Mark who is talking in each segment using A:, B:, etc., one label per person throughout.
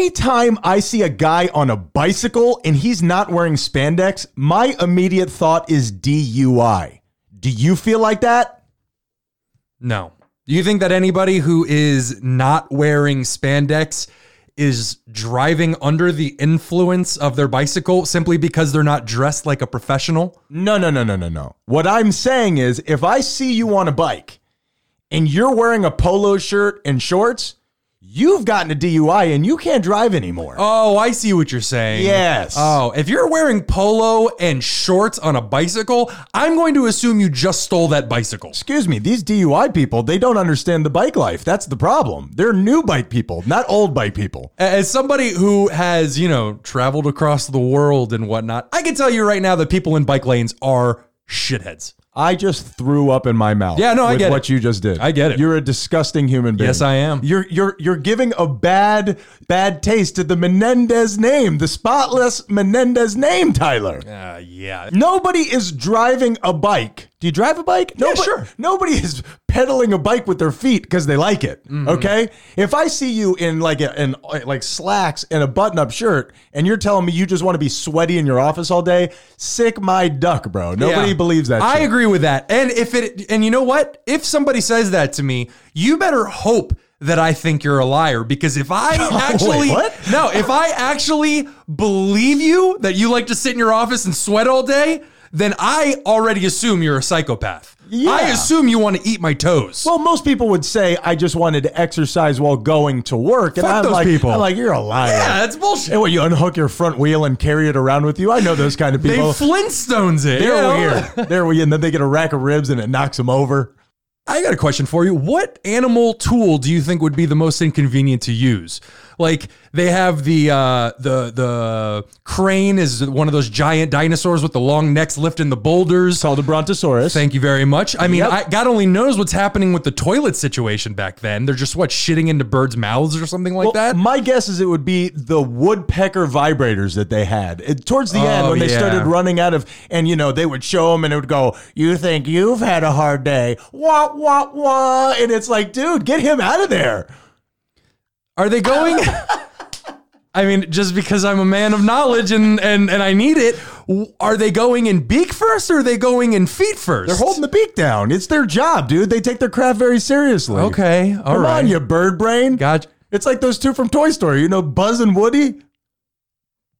A: Anytime I see a guy on a bicycle and he's not wearing spandex, my immediate thought is DUI. Do you feel like that?
B: No. Do you think that anybody who is not wearing spandex is driving under the influence of their bicycle simply because they're not dressed like a professional?
A: No, no, no, no, no, no. What I'm saying is if I see you on a bike and you're wearing a polo shirt and shorts, you've gotten a DUI and you can't drive anymore.
B: Oh, I see what you're saying.
A: Yes.
B: Oh, if you're wearing polo and shorts on a bicycle, I'm going to assume you just stole that bicycle.
A: Excuse me, these DUI people, they don't understand the bike life. That's the problem. They're new bike people, not old bike people.
B: As somebody who has, you know, traveled across the world and whatnot, I can tell you right now that people in bike lanes are shitheads.
A: I just threw up in my mouth.
B: Yeah, no, I
A: with
B: get
A: what
B: it.
A: you just did.
B: I get it.
A: You're a disgusting human being.
B: Yes, I am.
A: You're you're you're giving a bad bad taste to the Menendez name, the spotless Menendez name, Tyler.
B: Uh, yeah.
A: Nobody is driving a bike. Do you drive a bike? No,
B: sure.
A: Nobody is pedaling a bike with their feet because they like it.
B: Mm-hmm.
A: Okay. If I see you in like a, in like slacks and a button-up shirt, and you're telling me you just want to be sweaty in your office all day, sick my duck, bro. Nobody
B: Yeah.
A: believes that.
B: I
A: shit.
B: agree with that. And if it and you know what? If somebody says that to me, you better hope that I think you're a liar because if I actually
A: what?
B: no, if I actually believe you that you like to sit in your office and sweat all day, then I already assume you're a psychopath. I
A: Yeah.
B: assume you want to eat my toes.
A: Well, most people would say I just wanted to exercise while going to work, and
B: Fuck
A: I'm
B: those
A: like,
B: people.
A: I'm like, you're a liar.
B: yeah, that's bullshit.
A: And when you unhook your front wheel and carry it around with you, I know those kind of
B: they
A: people.
B: Flintstones it. you know?
A: They're weird. They're weird. And then they get a rack of ribs and it knocks them over.
B: I got a question for you. What animal tool do you think would be the most inconvenient to use? Like they have the uh, the the crane is one of those giant dinosaurs with the long necks lifting the boulders.
A: Called a brontosaurus.
B: Thank you very much. I mean,
A: Yep.
B: I, God only knows what's happening with the toilet situation back then. They're just what shitting into birds' mouths or something like that.
A: My guess is it would be the woodpecker vibrators that they had It- towards the end
B: Oh,
A: when they
B: yeah.
A: started running out of, and you know they would show them and it would go, "You think you've had a hard day? Wah wah wah!" And it's like, dude, get him out of there.
B: Are they going? I mean, just because I'm a man of knowledge and and and I need it, w- are they going in beak first or are they going in feet 1st
A: They're holding the beak down. It's their job, dude. They take their craft very seriously.
B: Okay, all right.
A: Come on, you bird brain.
B: Gotcha.
A: It's like those two from Toy Story. You know, Buzz and Woody.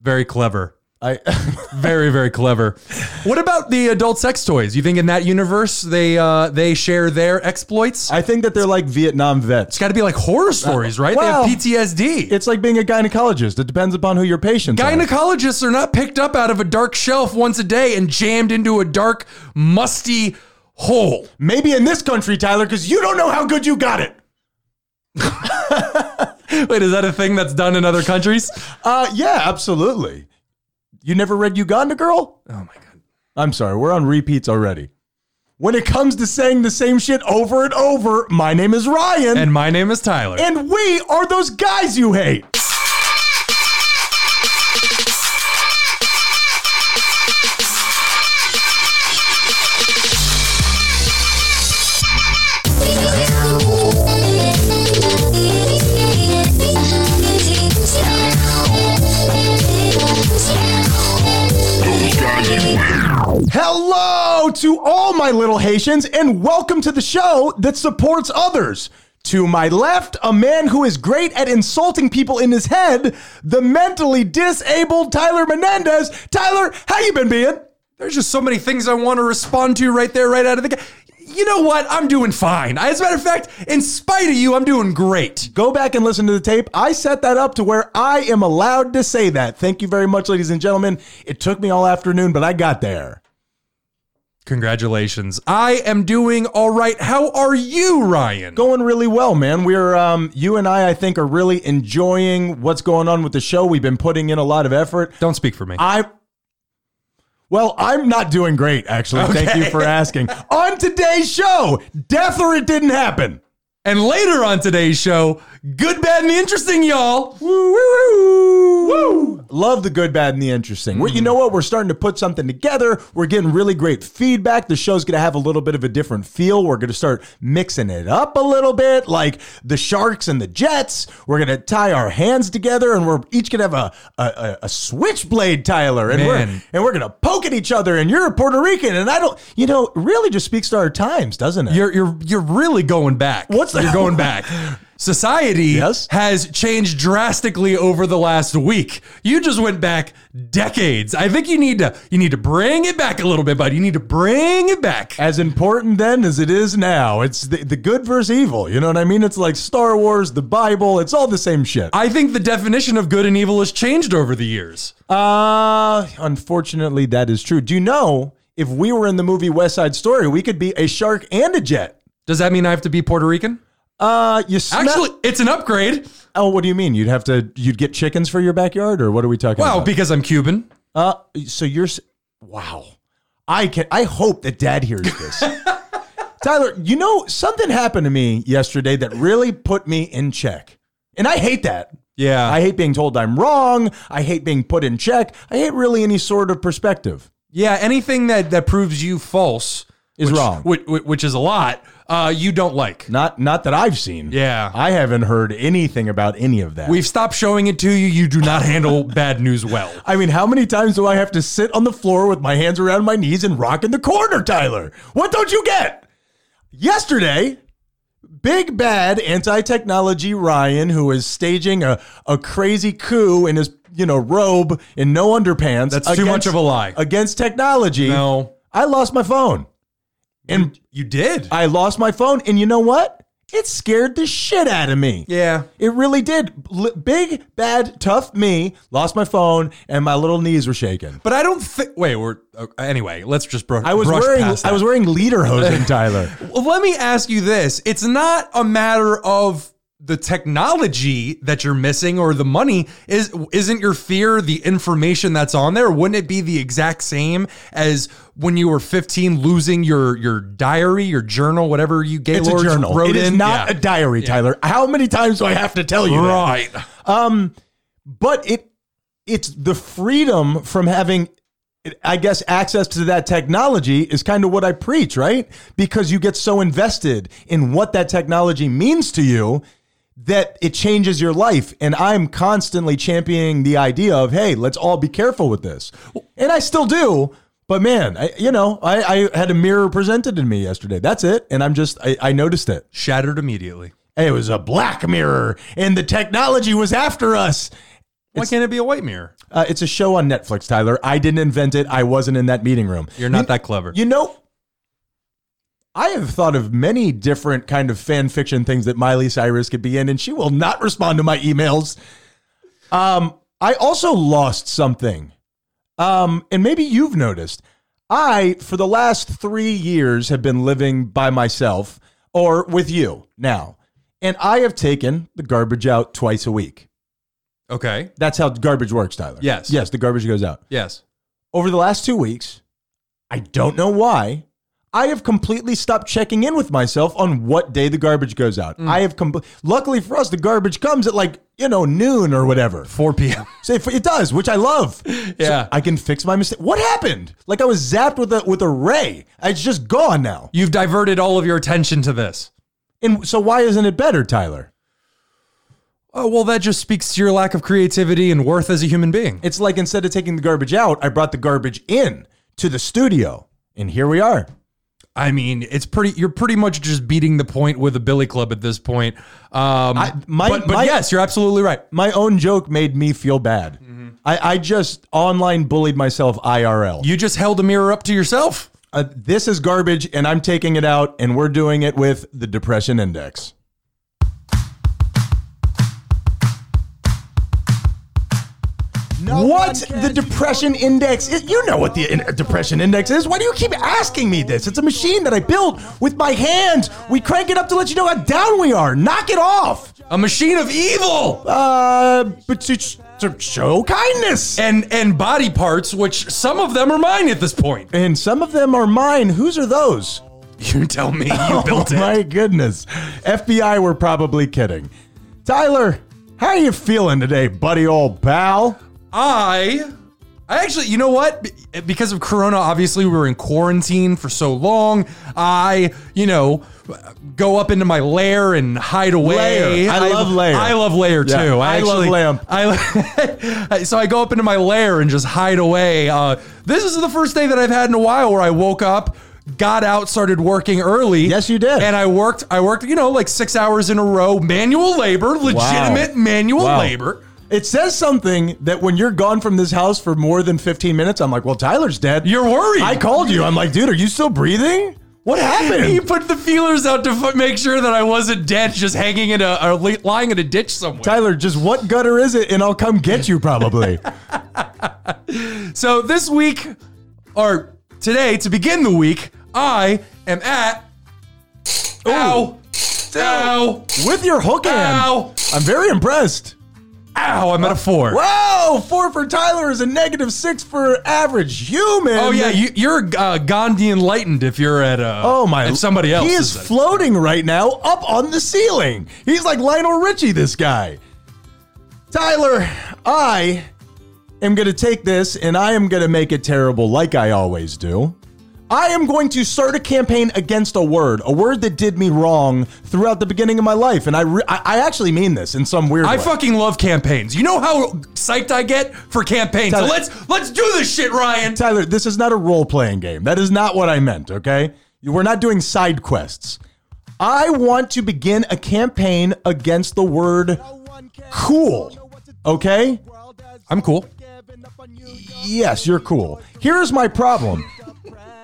B: Very clever.
A: I.
B: Very, very clever. What about the adult sex toys? You think in that universe they uh, they share their exploits?
A: I think that they're like Vietnam vets.
B: It's got to be like horror stories, right?
A: well-
B: they have PTSD.
A: It's like being a gynecologist. It depends upon who your patients are.
B: Gynecologists are not picked up out of a dark shelf once a day and jammed into a dark, musty hole.
A: Maybe in this country, Tyler, because you don't know how good you got it.
B: Wait, is that a thing that's done in other countries?
A: Uh, yeah, absolutely. You never read Uganda Girl?
B: Oh my god.
A: I'm sorry, we're on repeats already. When it comes to saying the same shit over and over, my name is Ryan, and,
B: And my name is Tyler.
A: we are those guys you hate. Hello to all my little Haitians, and welcome to the show that supports others. To my left, a man who is great at insulting people in his head, the mentally disabled Tyler Menendez. Tyler, how you been being?
B: There's just so many things I want to respond to right there, right out of the gate. You know what? I'm doing fine. As a matter of fact, in spite of you, I'm doing great.
A: Go back and listen to the tape. I set that up to where I am allowed to say that. Thank you very much, ladies and gentlemen. It took me all afternoon, but I got there.
B: Congratulations. I am doing all right. How are you, Ryan?
A: Going really well, man. We're um, you and I. I think are really enjoying what's going on with the show. We've been putting in a lot of effort.
B: Don't speak for me.
A: I. Well, I'm not doing great, actually. Thank you for asking. on today's show, death or it didn't happen.
B: and later on today's show, good, bad, and interesting, y'all.
A: Woo, woo, woo. Love the good, bad, and the interesting.
B: Mm-hmm.
A: Well, you know what? We're starting to put something together. We're getting really great feedback. The show's going to have a little bit of a different feel. We're going to start mixing it up a little bit, like the Sharks and the Jets. We're going to tie our hands together, and we're each going to have a a, a, a switchblade, Tyler, and we're
B: Man.
A: and we're going to poke at each other. And you're a Puerto Rican, and I don't. You know, it really just speaks to our times, doesn't it?
B: You're you're you're really going back.
A: What's the-
B: you're going back? Society
A: Yes?
B: has changed drastically over the last week. You just went back decades. I think you need to you need to bring it back a little bit, bud. You need to bring it back.
A: as important then as it is now. It's the, the good versus evil. You know what I mean? It's like Star Wars, the Bible. It's all the same shit.
B: I think the definition of good and evil has changed over the years.
A: Uh, unfortunately, that is true. Do you know if we were in the movie West Side Story, we could be a shark and a jet?
B: Does that mean I have to be Puerto Rican?
A: Uh, you smell-
B: Actually, it's an upgrade.
A: oh, what do you mean? You'd have to, you'd get chickens for your backyard, or what are we talking
B: Wow,
A: about?
B: because I'm Cuban.
A: Wow. Uh, so you're, s- wow. I can. I hope that Dad hears this. Tyler, you know something happened to me yesterday that really put me in check, and I hate that.
B: Yeah.
A: I hate being told I'm wrong. I hate being put in check. I hate really any sort of perspective.
B: Yeah, anything that that proves you false
A: Is
B: which-
A: wrong.
B: which, which, which is a lot. Uh, you don't like.
A: Not not that I've seen.
B: Yeah.
A: I haven't heard anything about any of that.
B: We've stopped showing it to you. You do not handle bad news well.
A: I mean, how many times do I have to sit on the floor with my hands around my knees and rock in the corner, Tyler? What don't you get? Yesterday, big bad anti-technology Ryan, who is staging a, a crazy coup in his, you know, robe and no underpants.
B: That's too much of a lie.
A: Against technology.
B: No,
A: I lost my phone. And
B: you did.
A: I lost my phone, and you know what? It scared the shit out of me.
B: yeah.
A: It really did. L- big, bad, tough me lost my phone, and my little knees were shaking.
B: But I don't think. Wait, we're uh, anyway. Let's just brush.
A: I was
B: brush
A: wearing
B: Past
A: I
B: that.
A: was wearing lederhosen, Tyler.
B: Well, Let me ask you this: It's not a matter of the technology that you're missing or the money. Is isn't your fear the information that's on there? Wouldn't it be the exact same as when you were 15 losing your your diary, your journal, whatever you gave?
A: It's a journal.
B: Wrote
A: It is
B: in?
A: not
B: Yeah.
A: a diary, Tyler. How many times do I have to tell you? that?
B: right.
A: but it it's the freedom from having i guess access to that technology is kind of what i preach right because you get so invested in what that technology means to you that it changes your life and i'm constantly championing the idea of hey let's all be careful with this and i still do but man I, you know I, I had a mirror presented to me yesterday that's it and i'm just i, I noticed it
B: Shattered immediately.
A: it was a black mirror and the technology was after us
B: Why can't it be a white mirror?
A: uh, it's a show on Netflix, Tyler. I didn't invent it. I wasn't in that meeting room.
B: You're not that clever.
A: You know, I have thought of many different kind of fan fiction things that Miley Cyrus could be in, and she will not respond to my emails. Um, I also lost something, um, and maybe you've noticed. I, for the last three years, have been living by myself or with you now, and I have taken the garbage out twice a week.
B: okay.
A: That's how garbage works, Tyler.
B: Yes.
A: Yes, the garbage goes out
B: Yes.
A: over the last two weeks, I don't know why, I have completely stopped checking in with myself on what day the garbage goes out. I have com- luckily for us, the garbage comes at like you know noon or whatever.
B: 4 p.m.
A: So if it does, which I love.
B: Yeah.
A: so I can fix my mistake. What happened? Like I was zapped with a with a ray. It's just gone now.
B: You've diverted all of your attention to this.
A: And so why isn't it better, Tyler?
B: Oh, well, that just speaks to your lack of creativity and worth as a human being.
A: It's like instead of taking the garbage out, I brought the garbage in to the studio, and here we are.
B: I mean, it's pretty. You're pretty much just beating the point with a billy club at this point. Um,
A: my-
B: but but
A: my-
B: yes, you're absolutely right.
A: my own joke made me feel bad. I, I just online bullied myself IRL.
B: You just held a mirror up to yourself.
A: uh, this is garbage, and I'm taking it out, and we're doing it with the Depression Index. what the depression index is? You know what the in- uh, depression index is. Why do you keep asking me this? It's a machine that I built with my hands. We crank it up to let you know how down we are. Knock it off.
B: A machine of evil
A: Uh, but to, to show kindness.
B: and and body parts, which some of them are mine at this point.
A: And some of them are mine. Whose are those?
B: You tell me you built
A: oh
B: it.
A: my goodness. FBI were probably kidding. Tyler, how are you feeling today, buddy old pal?
B: I I actually, you know what? Be- Because of Corona, obviously, we were in quarantine for so long. I, you know, go up into my lair and hide away.
A: Lair. I love lair.
B: I love lair too.
A: Yeah. I love lamp.
B: I, so I go up into my lair and just hide away. Uh, this is the first day that I've had in a while where I woke up, got out, started working early.
A: Yes, you did.
B: And I worked. I worked, you know, like six hours in a row, manual labor, legitimate manual
A: Wow.
B: labor.
A: It says something that when you're gone from this house for more than 15 minutes, I'm like, well, Tyler's dead.
B: You're worried.
A: I called you. I'm like, dude, are you still breathing? What
B: He
A: happened?
B: put the feelers out to f- make sure that I wasn't dead, just hanging in a or li- lying in a ditch somewhere.
A: Tyler, just what gutter is it? And I'll come get you probably.
B: So this week, or today, to begin the week, I am at. Ow! Ow!
A: With your hook hand.
B: Ow!
A: I'm very impressed.
B: Ow! I'm at a four.
A: Whoa, four for Tyler is a negative six for average human.
B: Oh yeah, you, you're uh, Gandhi enlightened if you're at uh,
A: Oh my!
B: if somebody else
A: He is
B: at-
A: floating right now, up on the ceiling. He's like Lionel Richie. This guy, Tyler. I am going to take this, and I am going to make it terrible, like I always do. I am going to start a campaign against a word, a word that did me wrong throughout the beginning of my life, and I re- I, I actually mean this in some weird
B: I
A: way.
B: fucking love campaigns. You know how psyched I get for campaigns. So
A: Tyler-
B: let's let's do this shit, Ryan.
A: Tyler, this is not a role playing game. That is not what I meant, okay? We're not doing side quests. I want to begin a campaign against the word cool, okay?
B: I'm cool.
A: Yes, you're cool. Here's my problem.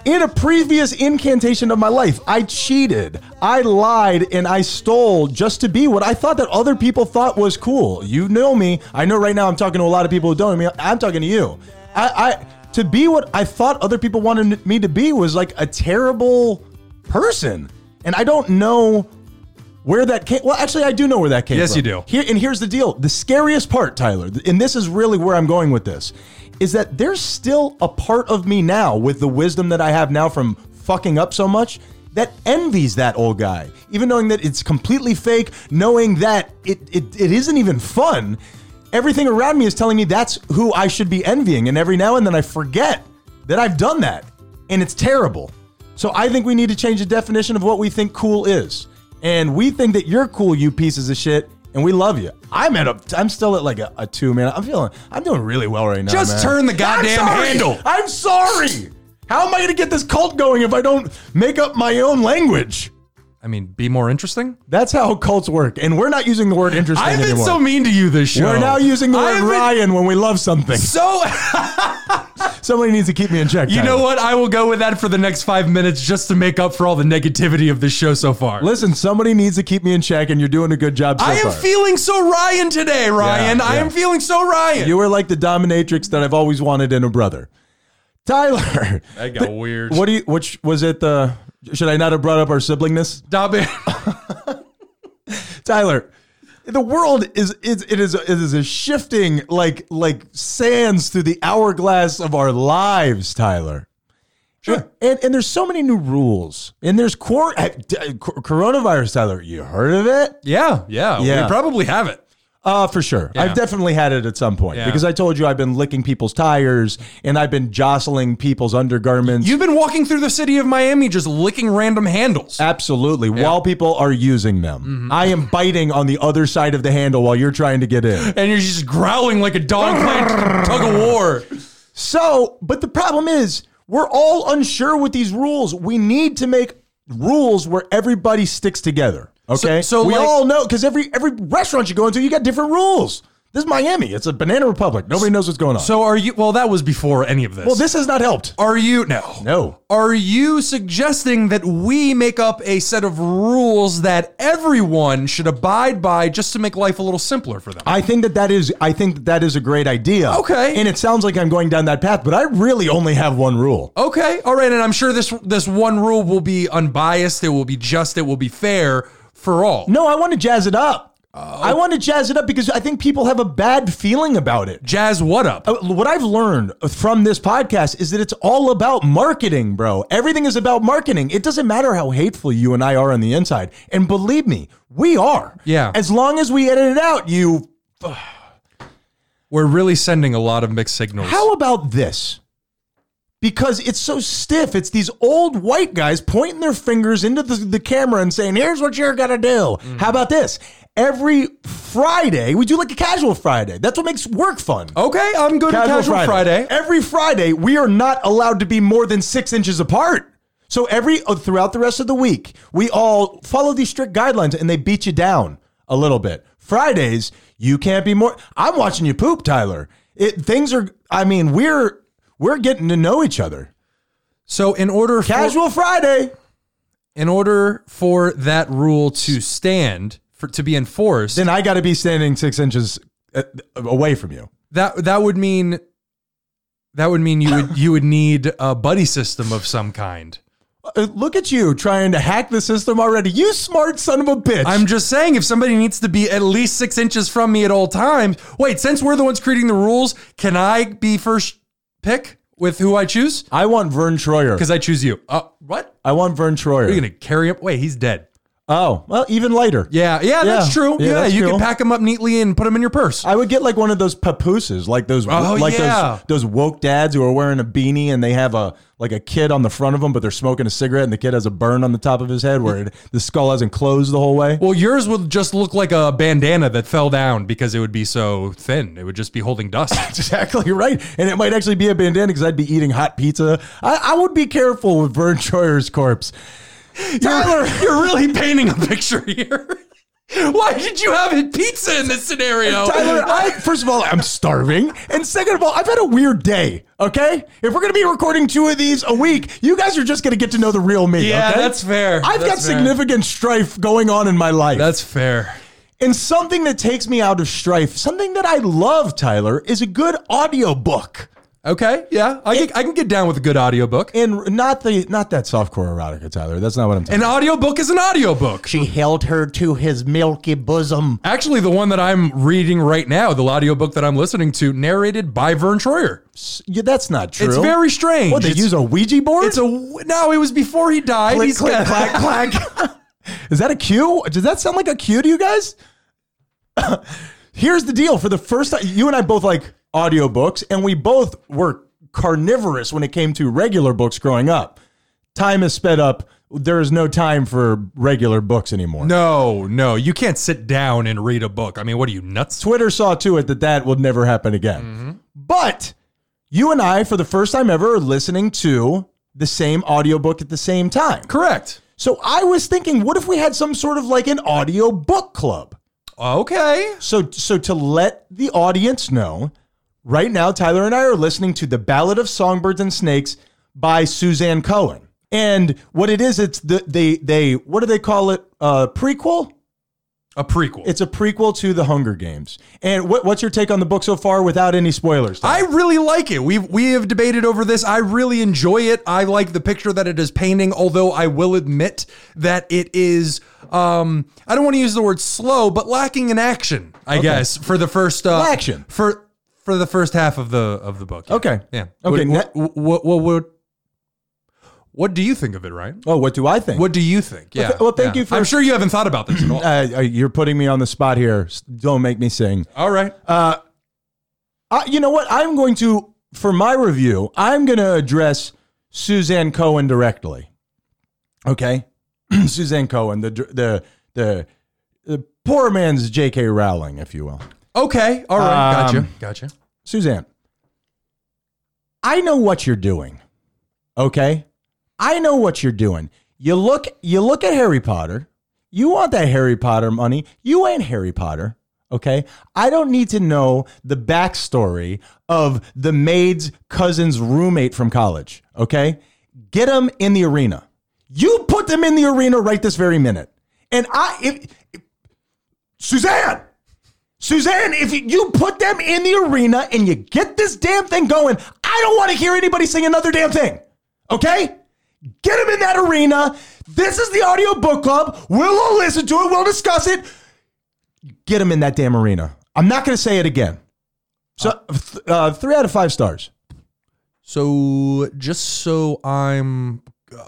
A: In a previous incantation of my life, I cheated, I lied, and I stole just to be what I thought that other people thought was cool. You know me. I know right now I'm talking to a lot of people who don't know me. I'm talking to you. I, I to be what I thought other people wanted me to be was like a terrible person. And I don't know where that came. Well, actually, I do know where that came.
B: Yes,
A: from.
B: you do.
A: Here and here's the deal: the scariest part, Tyler, and this is really where I'm going with this, is that there's still a part of me now, with the wisdom that I have now from fucking up so much, that envies that old guy, even knowing that it's completely fake, knowing that it it, it isn't even fun. Everything around me is telling me that's who I should be envying, and every now and then I forget that I've done that, and it's terrible. So I think we need to change the definition of what we think cool is. And we think that you're cool, you pieces of shit, and we love you. I'm at a, I'm still at like a, a two, man. I'm feeling, I'm doing really well right now.
B: Just
A: man.
B: turn the goddamn
A: I'm sorry.
B: handle.
A: I'm sorry. How am I gonna get this cult going if I don't make up my own language?
B: I mean, be more interesting.
A: That's how cults work, and we're not using the word interesting
B: I've been
A: anymore.
B: so mean to you this show.
A: we're now using the word
B: I've been
A: Ryan when we love something.
B: So
A: Somebody needs to keep me in check.
B: you
A: Tyler.
B: know what? I will go with that for the next five minutes just to make up for all the negativity of this show so far.
A: Listen, somebody needs to keep me in check, and you're doing a good job so
B: I am
A: far.
B: feeling so Ryan today, Ryan. I
A: yeah.
B: am feeling so Ryan.
A: You were like the dominatrix that I've always wanted in a brother. Tyler.
B: that got weird.
A: What do you which was it the should I not have brought up our siblingness? Tyler, the world is it's it is it is a shifting like like sands through the hourglass of our lives, Tyler. Sure. And and there's so many new rules. And there's quar- uh, d- uh, cor- coronavirus, Tyler. You heard of it?
B: yeah, yeah,
A: Yeah.
B: We probably have it.
A: Uh, for sure. I've definitely had it at some point
B: Yeah.
A: because I told you I've been licking people's tires and I've been jostling people's undergarments.
B: You've been walking through the city of Miami just licking random handles.
A: Absolutely. While people are using them,
B: Mm-hmm.
A: I am biting on the other side of the handle while you're trying to get in.
B: and you're just growling like a dog playing tug of war.
A: So, but the problem is, we're all unsure with these rules. We need to make rules where everybody sticks together. Okay.
B: so,
A: we
B: like-
A: all know because every every restaurant you go into, you got different rules. This is Miami. It's a banana republic. Nobody knows what's going on.
B: So are you? Well, that was before any of this.
A: well, this has not helped.
B: are you? No,
A: No.
B: Are you suggesting that we make up a set of rules that everyone should abide by just to make life a little simpler for them?
A: I think that that is I think that, that is a great idea.
B: Okay.
A: And it sounds like I'm going down that path, but I really only have one rule.
B: Okay, all right, and I'm sure this this one rule will be unbiased, it will be just, it will be fair for all.
A: No, I want to jazz it up.
B: Oh.
A: I want to jazz it up because I think people have a bad feeling about it.
B: Jazz, what up?
A: Uh, What I've learned from this podcast is that it's all about marketing, bro. Everything is about marketing. It doesn't matter how hateful you and I are on the inside. And believe me, we are.
B: Yeah.
A: As long as we edit it out, you
B: We're really sending a lot of mixed signals.
A: How about this? Because it's so stiff. It's these old white guys pointing their fingers into the, the camera and saying, here's what you're going to do. How about this? Every Friday, we do like a casual Friday. That's what makes work fun.
B: okay, I'm good at Casual Friday.
A: Every Friday, we are not allowed to be more than six inches apart. So every uh, throughout the rest of the week, we all follow these strict guidelines, and they beat you down a little bit. Fridays, you can't be more. I'm watching you poop, Tyler. It things are. I mean, we're we're getting to know each other.
B: So in order for
A: Casual Friday.
B: in order for that rule to stand for to be enforced,
A: Then I got to be standing six inches uh, away from you.
B: that that would mean that would mean you would you would need a buddy system of some kind.
A: Uh, Look at you trying to hack the system already. You smart son of a bitch.
B: I'm just saying, if somebody needs to be at least six inches from me at all times, wait, since we're the ones creating the rules, can I be first pick with who I choose?
A: I want Vern Troyer.
B: Because I choose you. Uh, what?
A: I want Vern Troyer.
B: You're gonna carry him? Wait, he's dead.
A: Oh, well, even lighter.
B: Yeah, yeah, that's
A: Yeah.
B: true.
A: Yeah,
B: Yeah,
A: that's
B: you
A: cool.
B: can pack him up neatly and put him in your purse.
A: I would get like one of those papooses, like those
B: Oh,
A: like
B: yeah.
A: those those woke dads who are wearing a beanie and they have a like a kid on the front of them, but they're smoking a cigarette and the kid has a burn on the top of his head where it, the skull hasn't closed the whole way.
B: Well, yours would just look like a bandana that fell down because it would be so thin. It would just be holding dust.
A: Exactly right, and it might actually be a bandana because I'd be eating hot pizza. I, I would be careful with Vern Troyer's corpse. Tyler,
B: You're really painting a picture here. Why did you have it pizza in this scenario?
A: Tyler, I first of all, I'm starving, and second of all, I've had a weird day. Okay, if we're gonna be recording two of these a week, you guys are just gonna get to know the real me.
B: yeah,
A: okay?
B: that's fair.
A: I've
B: That's
A: got
B: fair.
A: significant strife going on in my life.
B: That's fair.
A: and something that takes me out of strife, something that I love, Tyler, is a good audiobook.
B: Okay, yeah, I can, I can get down with a good audiobook.
A: And not the not that softcore erotica, Tyler. That's not what I'm talking
B: An audiobook is an audiobook.
A: She held her to his milky bosom.
B: Actually, the one that I'm reading right now, the audiobook that I'm listening to, narrated by Vern Troyer.
A: Yeah, that's not true.
B: It's very strange.
A: What, they
B: it's,
A: use a Ouija board?
B: it's a no. It was before he died.
A: click,
B: He's
A: click,
B: got-
A: clack, clack. Is that a cue? Does that sound like a cue to you guys? Here's the deal. For the first time, you and I both like audiobooks, and we both were carnivorous when it came to regular books growing up. Time has sped up. There is no time for regular books anymore.
B: No, no, you can't sit down and read a book. I mean, what are you nuts?
A: Twitter saw to it that that would never happen again. But you and I, for the first time ever, are listening to the same audiobook at the same time.
B: Correct.
A: So I was thinking, what if we had some sort of like an audio book club?
B: Okay.
A: So so to let the audience know, right now Tyler and I are listening to The Ballad of Songbirds and Snakes by Suzanne Cohen. And what it is, it's the they they what do they call it? Uh prequel?
B: A prequel.
A: It's a prequel to The Hunger Games. And what, what's your take on the book so far without any spoilers? Tyler?
B: I really like it. We've we have debated over this. I really enjoy it. I like the picture that it is painting, although I will admit that it is um I don't want to use the word slow, but lacking in action, I guess, for the first uh
A: Action.
B: For for the first half of the of the book. yeah.
A: Okay.
B: Yeah.
A: Okay,
B: What what, what what what do you think of it, Ryan?
A: oh, what do I think?
B: What do you think? Yeah.
A: th- well, thank
B: yeah.
A: you for-
B: I'm sure you haven't thought about this at all.
A: uh, uh, you're putting me on the spot here. S- Don't make me sing.
B: all right.
A: I, you know what? I'm going to, for my review, I'm going to address Suzanne Cohen directly. Okay, Suzanne Cohen, the the the, the poor man's J.K. Rowling, if you will.
B: okay. All right.
A: um,
B: gotcha. Gotcha.
A: Suzanne, I know what you're doing. Okay? I know what you're doing. You look you look at Harry Potter. You want that Harry Potter money. You ain't Harry Potter. Okay? I don't need to know the backstory of the maid's cousin's roommate from college. Okay? Get him in the arena. You put them in the arena right this very minute. And I if, if- Suzanne Suzanne, if you- you put them in the arena and you get this damn thing going, I don't want to hear anybody sing another damn thing. Okay? Get them in that arena. This is the audio book club. We'll all listen to it. We'll discuss it. Get them in that damn arena. I'm not going to say it again. So, th- uh, three out of five stars.
B: So just so I'm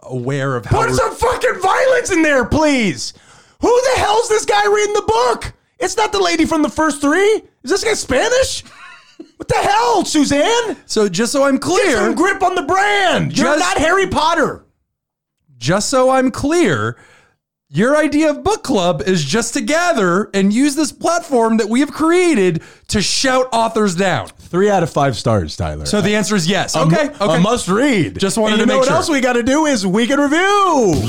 B: aware of how
A: Put
B: we're-
A: some fucking violence in there, please. Who the hell's this guy reading the book? It's not the lady from the first three. Is this guy Spanish? adult, Suzanne.
B: So just so I'm
A: Get some
B: clear,
A: grip on the brand. You're
B: Just-
A: not Harry Potter.
B: just so I'm clear, your idea of book club is just to gather and use this platform that we have created to shout authors down.
A: Three out of five stars, Tyler.
B: So the answer is yes. Okay.
A: A
B: Okay.
A: must read.
B: Just
A: and
B: wanted
A: you
B: to
A: know
B: make
A: what
B: sure.
A: else we got to do is we can review.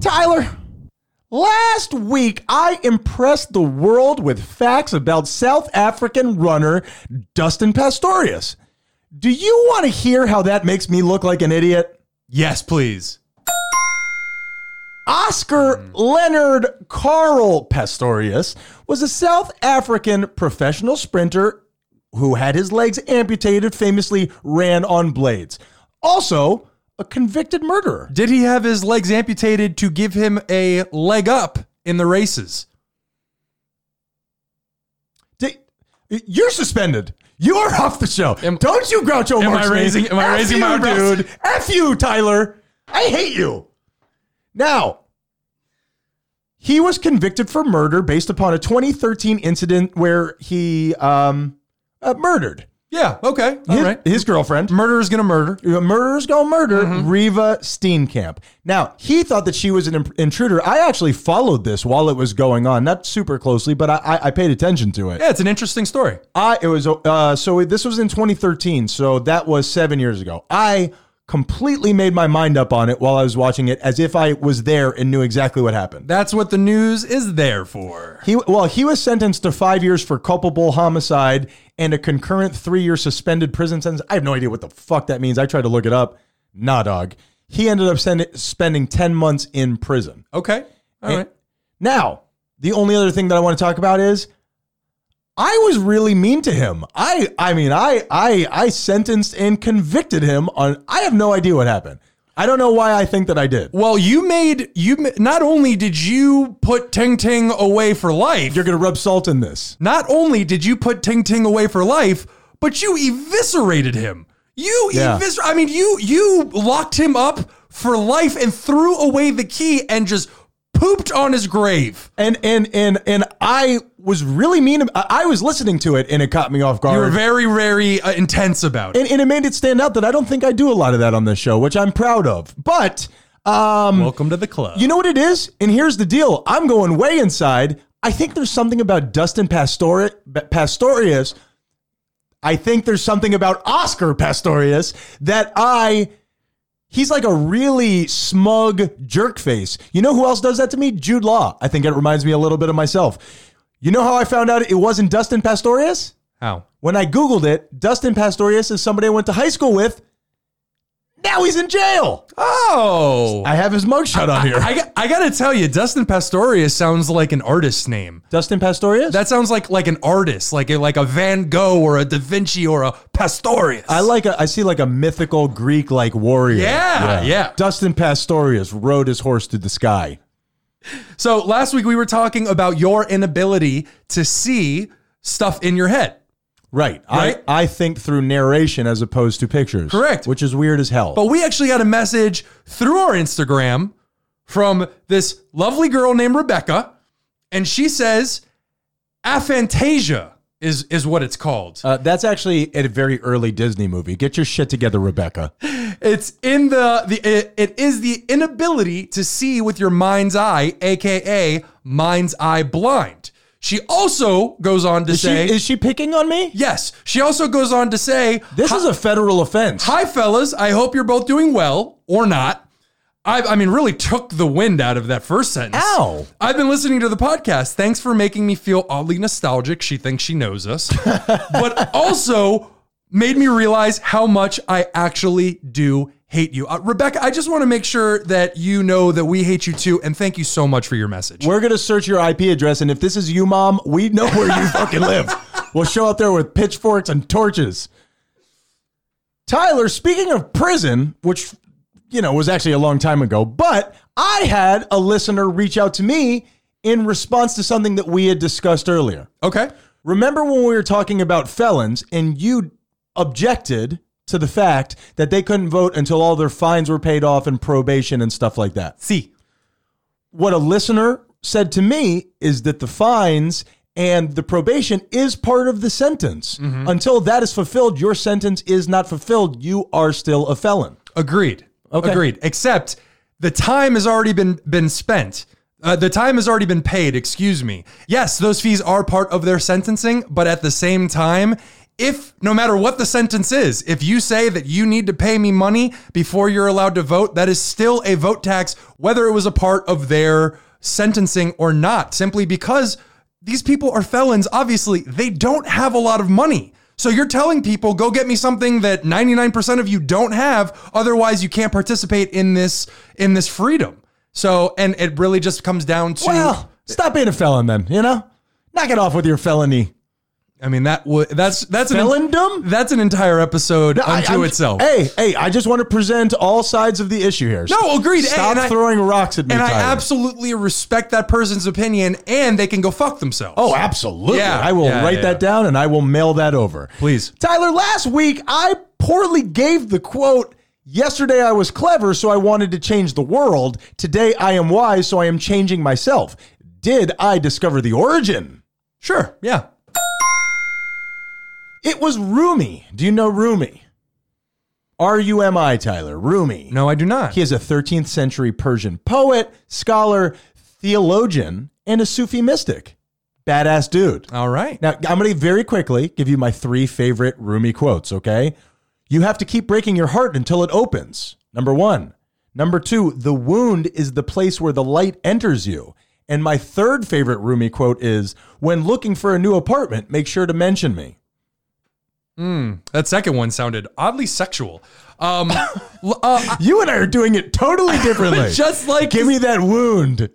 A: Tyler, last week I impressed the world with facts about South African runner Dustin Pastorius. Do you want to hear how that makes me look like an idiot?
B: Yes, please.
A: Oscar Leonard Carl Pastorius was a South African professional sprinter who had his legs amputated, famously ran on blades. Also, a convicted murderer.
B: Did he have his legs amputated to give him a leg up in the races?
A: Di- You're suspended. You are off the show.
B: Am-
A: Don't you Groucho
B: Am I
A: Marx me.
B: raising- am I
A: F
B: raising
A: you,
B: my eyebrows?
A: dude? F you, Tyler. I hate you. Now, he was convicted for murder based upon a 2013 incident where he um, uh, murdered
B: Yeah. Okay. All
A: his,
B: right.
A: his girlfriend.
B: Murder is gonna murder.
A: Uh, Murderers go murder.
B: Mm-hmm.
A: Reva Steenkamp. Now he thought that she was an imp- intruder. I actually followed this while it was going on, not super closely, but I, I, I paid attention to it.
B: Yeah, it's an interesting story.
A: I it was uh so this was in 2013, so that was 7 years ago. I completely made my mind up on it while I was watching it as if I was there and knew exactly what happened.
B: That's what the news is there for.
A: He well, he was sentenced to 5 years for culpable homicide and a concurrent 3-year suspended prison sentence. I have no idea what the fuck that means. I tried to look it up. Nah, dog. He ended up send, spending 10 months in prison.
B: Okay. All right.
A: Now, the only other thing that I want to talk about is I was really mean to him. I I mean, I I I sentenced and convicted him on I have no idea what happened. I don't know why I think that I did.
B: Well, you made you ma- not only did you put Ting Ting away for life,
A: You're going to rub salt in this.
B: not only did you put Ting Ting away for life, but you eviscerated him. You
A: Yeah.
B: eviscer- I mean, you you locked him up for life and threw away the key and just pooped on his grave.
A: And and and and I was really mean I I was listening to it and it caught me off
B: You were
A: guard.
B: very very uh, intense about it.
A: and, and it made it stand out that I don't think I do a lot of that on this show, which I'm proud of. But um
B: Welcome to the club.
A: You know what it is? And here's the deal. I'm going way inside. I think there's something about Dustin Pastori- Pastorius. I think there's something about Oscar Pastorius that I. He's like a really smug jerk face. You know who else does that to me? Jude Law. I think it reminds me a little bit of myself. You know how I found out it wasn't Dustin Pastorius?
B: How?
A: When I Googled it, Dustin Pastorius is somebody I went to high school with. Now he's in jail.
B: Oh.
A: I have his mugshot on here.
B: I, got- I gotta tell you, Dustin Pastorius sounds like an artist's name.
A: Dustin Pastorius?
B: That sounds like like an artist, like a, like a Van Gogh or a Da Vinci or a Pastorius.
A: I like a, I see like a mythical Greek like warrior.
B: Yeah, yeah.
A: Dustin Pastorius rode his horse through the sky.
B: So last week we were talking about your inability to see stuff in your head.
A: Right.
B: Right?
A: I, I think through narration as opposed to pictures.
B: Correct.
A: Which is weird as hell.
B: But we actually got a message through our Instagram from this lovely girl named Rebecca, and she says aphantasia is is what it's called.
A: uh, that's actually a very early Disney movie. Get your shit together, Rebecca.
B: It's in the the it, it is the inability to see with your mind's eye, aka mind's eye blind. She also goes on to
A: Is she,
B: say
A: is she picking on me?
B: yes. She also goes on to say
A: This is a federal offense.
B: Hi, fellas. I hope you're both doing well or not. I, I mean, really took the wind out of that first sentence.
A: Ow.
B: I've been listening to the podcast. Thanks for making me feel oddly nostalgic. She thinks she knows us, but also made me realize how much I actually do hate you. Uh, Rebecca, I just want to make sure that you know that we hate you too. And thank you so much for your message.
A: We're gonna search your IP address, and if this is you, mom, we know where you fucking live. We'll show up there with pitchforks and torches. Tyler, speaking of prison, which you know was actually a long time ago, but I had a listener reach out to me in response to something that we had discussed earlier.
B: okay.
A: Remember when we were talking about felons and you objected to the fact that they couldn't vote until all their fines were paid off and probation and stuff like that.
B: See,
A: What a listener said to me is that the fines and the probation is part of the sentence.
B: Mm-hmm.
A: Until that is fulfilled, your sentence is not fulfilled. You are still a felon.
B: Agreed.
A: Okay.
B: Agreed. Except the time has already been been spent. Uh, the time has already been paid. Excuse me. Yes, those fees are part of their sentencing, but at the same time, if no matter what the sentence is, if you say that you need to pay me money before you're allowed to vote, that is still a vote tax, whether it was a part of their sentencing or not. Simply because these people are felons. Obviously, they don't have a lot of money. So you're telling people, go get me something that 99% of you don't have. Otherwise, you can't participate in this in this freedom. So, and it really just comes down to,
A: Well, stop being a felon then, you know? Knock it off with your felony.
B: I mean, that would that's that's an
A: Felondom?
B: that's an entire episode
A: I-
B: unto
A: I'm- eh,
B: itself.
A: Hey, hey, I just want to present all sides of the issue here.
B: No, agreed. Hey,
A: Stop
B: and I-
A: throwing rocks at me,
B: and I
A: Tyler.
B: absolutely respect that person's opinion, and they can go fuck themselves.
A: Oh, absolutely.
B: Yeah,
A: I will
B: yeah,
A: write
B: yeah.
A: that down and I will mail that over.
B: Please.
A: Tyler, last week I poorly gave the quote, Yesterday I was clever, so I wanted to change the world. Today I am wise, so I am changing myself. Did I discover the origin?
B: sure, yeah.
A: It was Rumi. Do you know Rumi? R U M I, Tyler. Rumi.
B: No, I do not.
A: He is a 13th century Persian poet, scholar, theologian, and a Sufi mystic. Badass dude.
B: All right.
A: Now, I'm going to very quickly give you my three favorite Rumi quotes, okay? You have to keep breaking your heart until it opens. Number one. Number two, the wound is the place where the light enters you. And my third favorite Rumi quote is when looking for a new apartment, make sure to mention me.
B: That second one sounded oddly sexual. Um, l- uh,
A: You and I are doing it totally differently.
B: just like
A: give me that wound.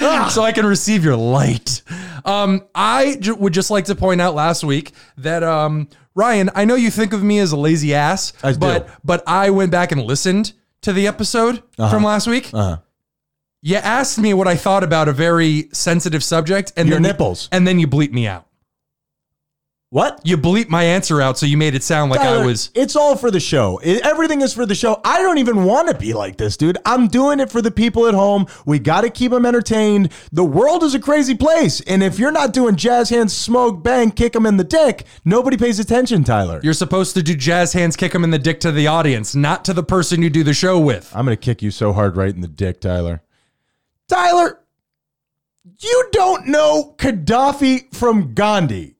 A: Ah.
B: so I can receive your light. Um, I ju- would just like to point out last week that um, Ryan, I know you think of me as a lazy ass,
A: I do.
B: but but I went back and listened to the episode from last week.
A: Uh-huh.
B: You asked me what I thought about a very sensitive subject, and
A: Your
B: then you-
A: nipples.
B: and then you bleep me out.
A: What?
B: You bleep my answer out, so you made it sound like I
A: Tyler,
B: was.
A: It's all for the show. I- everything is for the show. I don't even want to be like this, dude. I'm doing it for the people at home. We got to keep them entertained. The world is a crazy place, and if you're not doing jazz hands, smoke, bang, kick them in the dick, nobody pays attention, Tyler.
B: You're supposed to do jazz hands, kick him in the dick to the audience, not to the person you do the show with.
A: I'm gonna kick you so hard right in the dick, Tyler. Tyler, you don't know Gaddafi from Gandhi.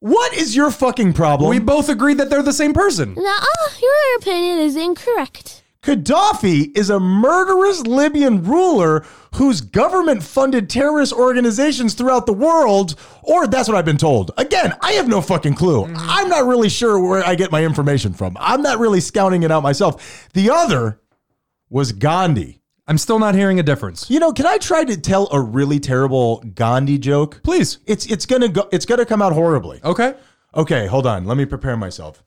A: What is your fucking problem?
B: We both agreed that they're the same person.
A: Mm.
C: Nuh-uh, ah, your opinion is incorrect.
A: Gaddafi is a murderous Libyan ruler whose government funded terrorist organizations throughout the world, or that's what I've been told. Again, I have no fucking clue. I'm not really sure where I get my information from. I'm not really scouting it out myself. The other was Gandhi.
B: I'm still not hearing a difference.
A: You know, can I try to tell a really terrible Gandhi joke?
B: Please.
A: It's it's gonna go it's gonna come out horribly.
B: Okay.
A: Okay, hold on. Let me prepare myself.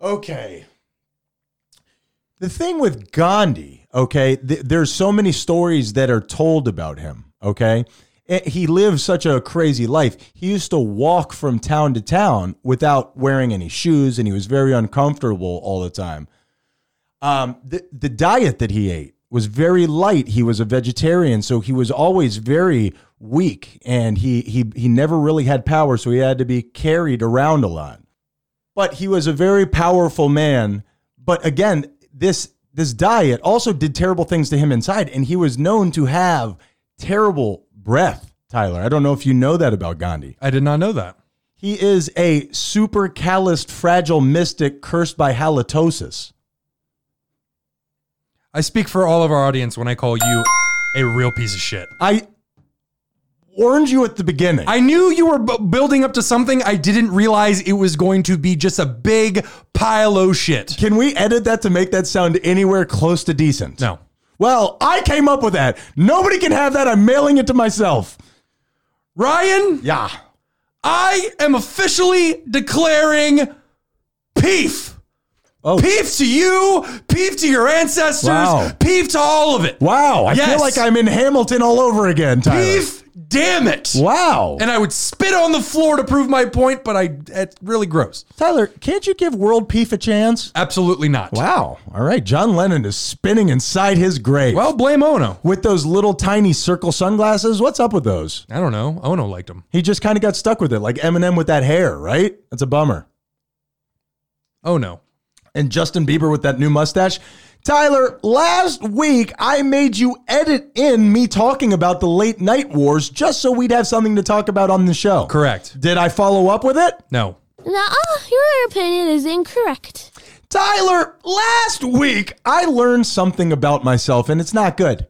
A: Okay. The thing with Gandhi, okay, th- there's so many stories that are told about him, okay? Eh, He lived such a crazy life. He used to walk from town to town without wearing any shoes, and he was very uncomfortable all the time. Um, the, the diet that he ate was very light. He was a vegetarian, so he was always very weak, and he he he never really had power, so he had to be carried around a lot. But he was a very powerful man. But again, this this diet also did terrible things to him inside, and he was known to have terrible breath. Tyler, I don't know if you know that about Gandhi.
B: I did not know that.
A: He is a super calloused, fragile mystic cursed by halitosis.
B: I speak for all of our audience when I call you a real piece of shit.
A: I warned you at the beginning.
B: I knew you were bu- building up to something. I didn't realize it was going to be just a big pile of shit.
A: Can we edit that to make that sound anywhere close to decent?
B: No.
A: Well, I came up with that. Nobody can have that. I'm mailing it to myself.
B: Ryan,
A: Yeah.
B: I am officially declaring peef.
A: Oh.
B: Peef to you, peef to your ancestors,
A: Wow.
B: peef to all of it.
A: Wow. I
B: Yes.
A: feel like I'm in Hamilton all over again, Tyler.
B: Beef damn it.
A: Wow.
B: And I would spit on the floor to prove my point, but I it's really gross.
A: Tyler, can't you give World Peace a chance?
B: Absolutely not.
A: Wow. All right. John Lennon is spinning inside his grave.
B: Well, blame Ono.
A: with those little tiny circle sunglasses, what's up with those?
B: I don't know. Ono liked him.
A: He just kind of got stuck with it, like Eminem with that hair, right? That's a bummer.
B: Oh no.
A: And Justin Bieber with that new mustache. Tyler, last week I made you edit in me talking about the late night wars just so we'd have something to talk about on the show.
B: Correct.
A: Did I follow up with it?
B: No.
C: Now, your opinion is incorrect.
A: Tyler, last week I learned something about myself and it's not good.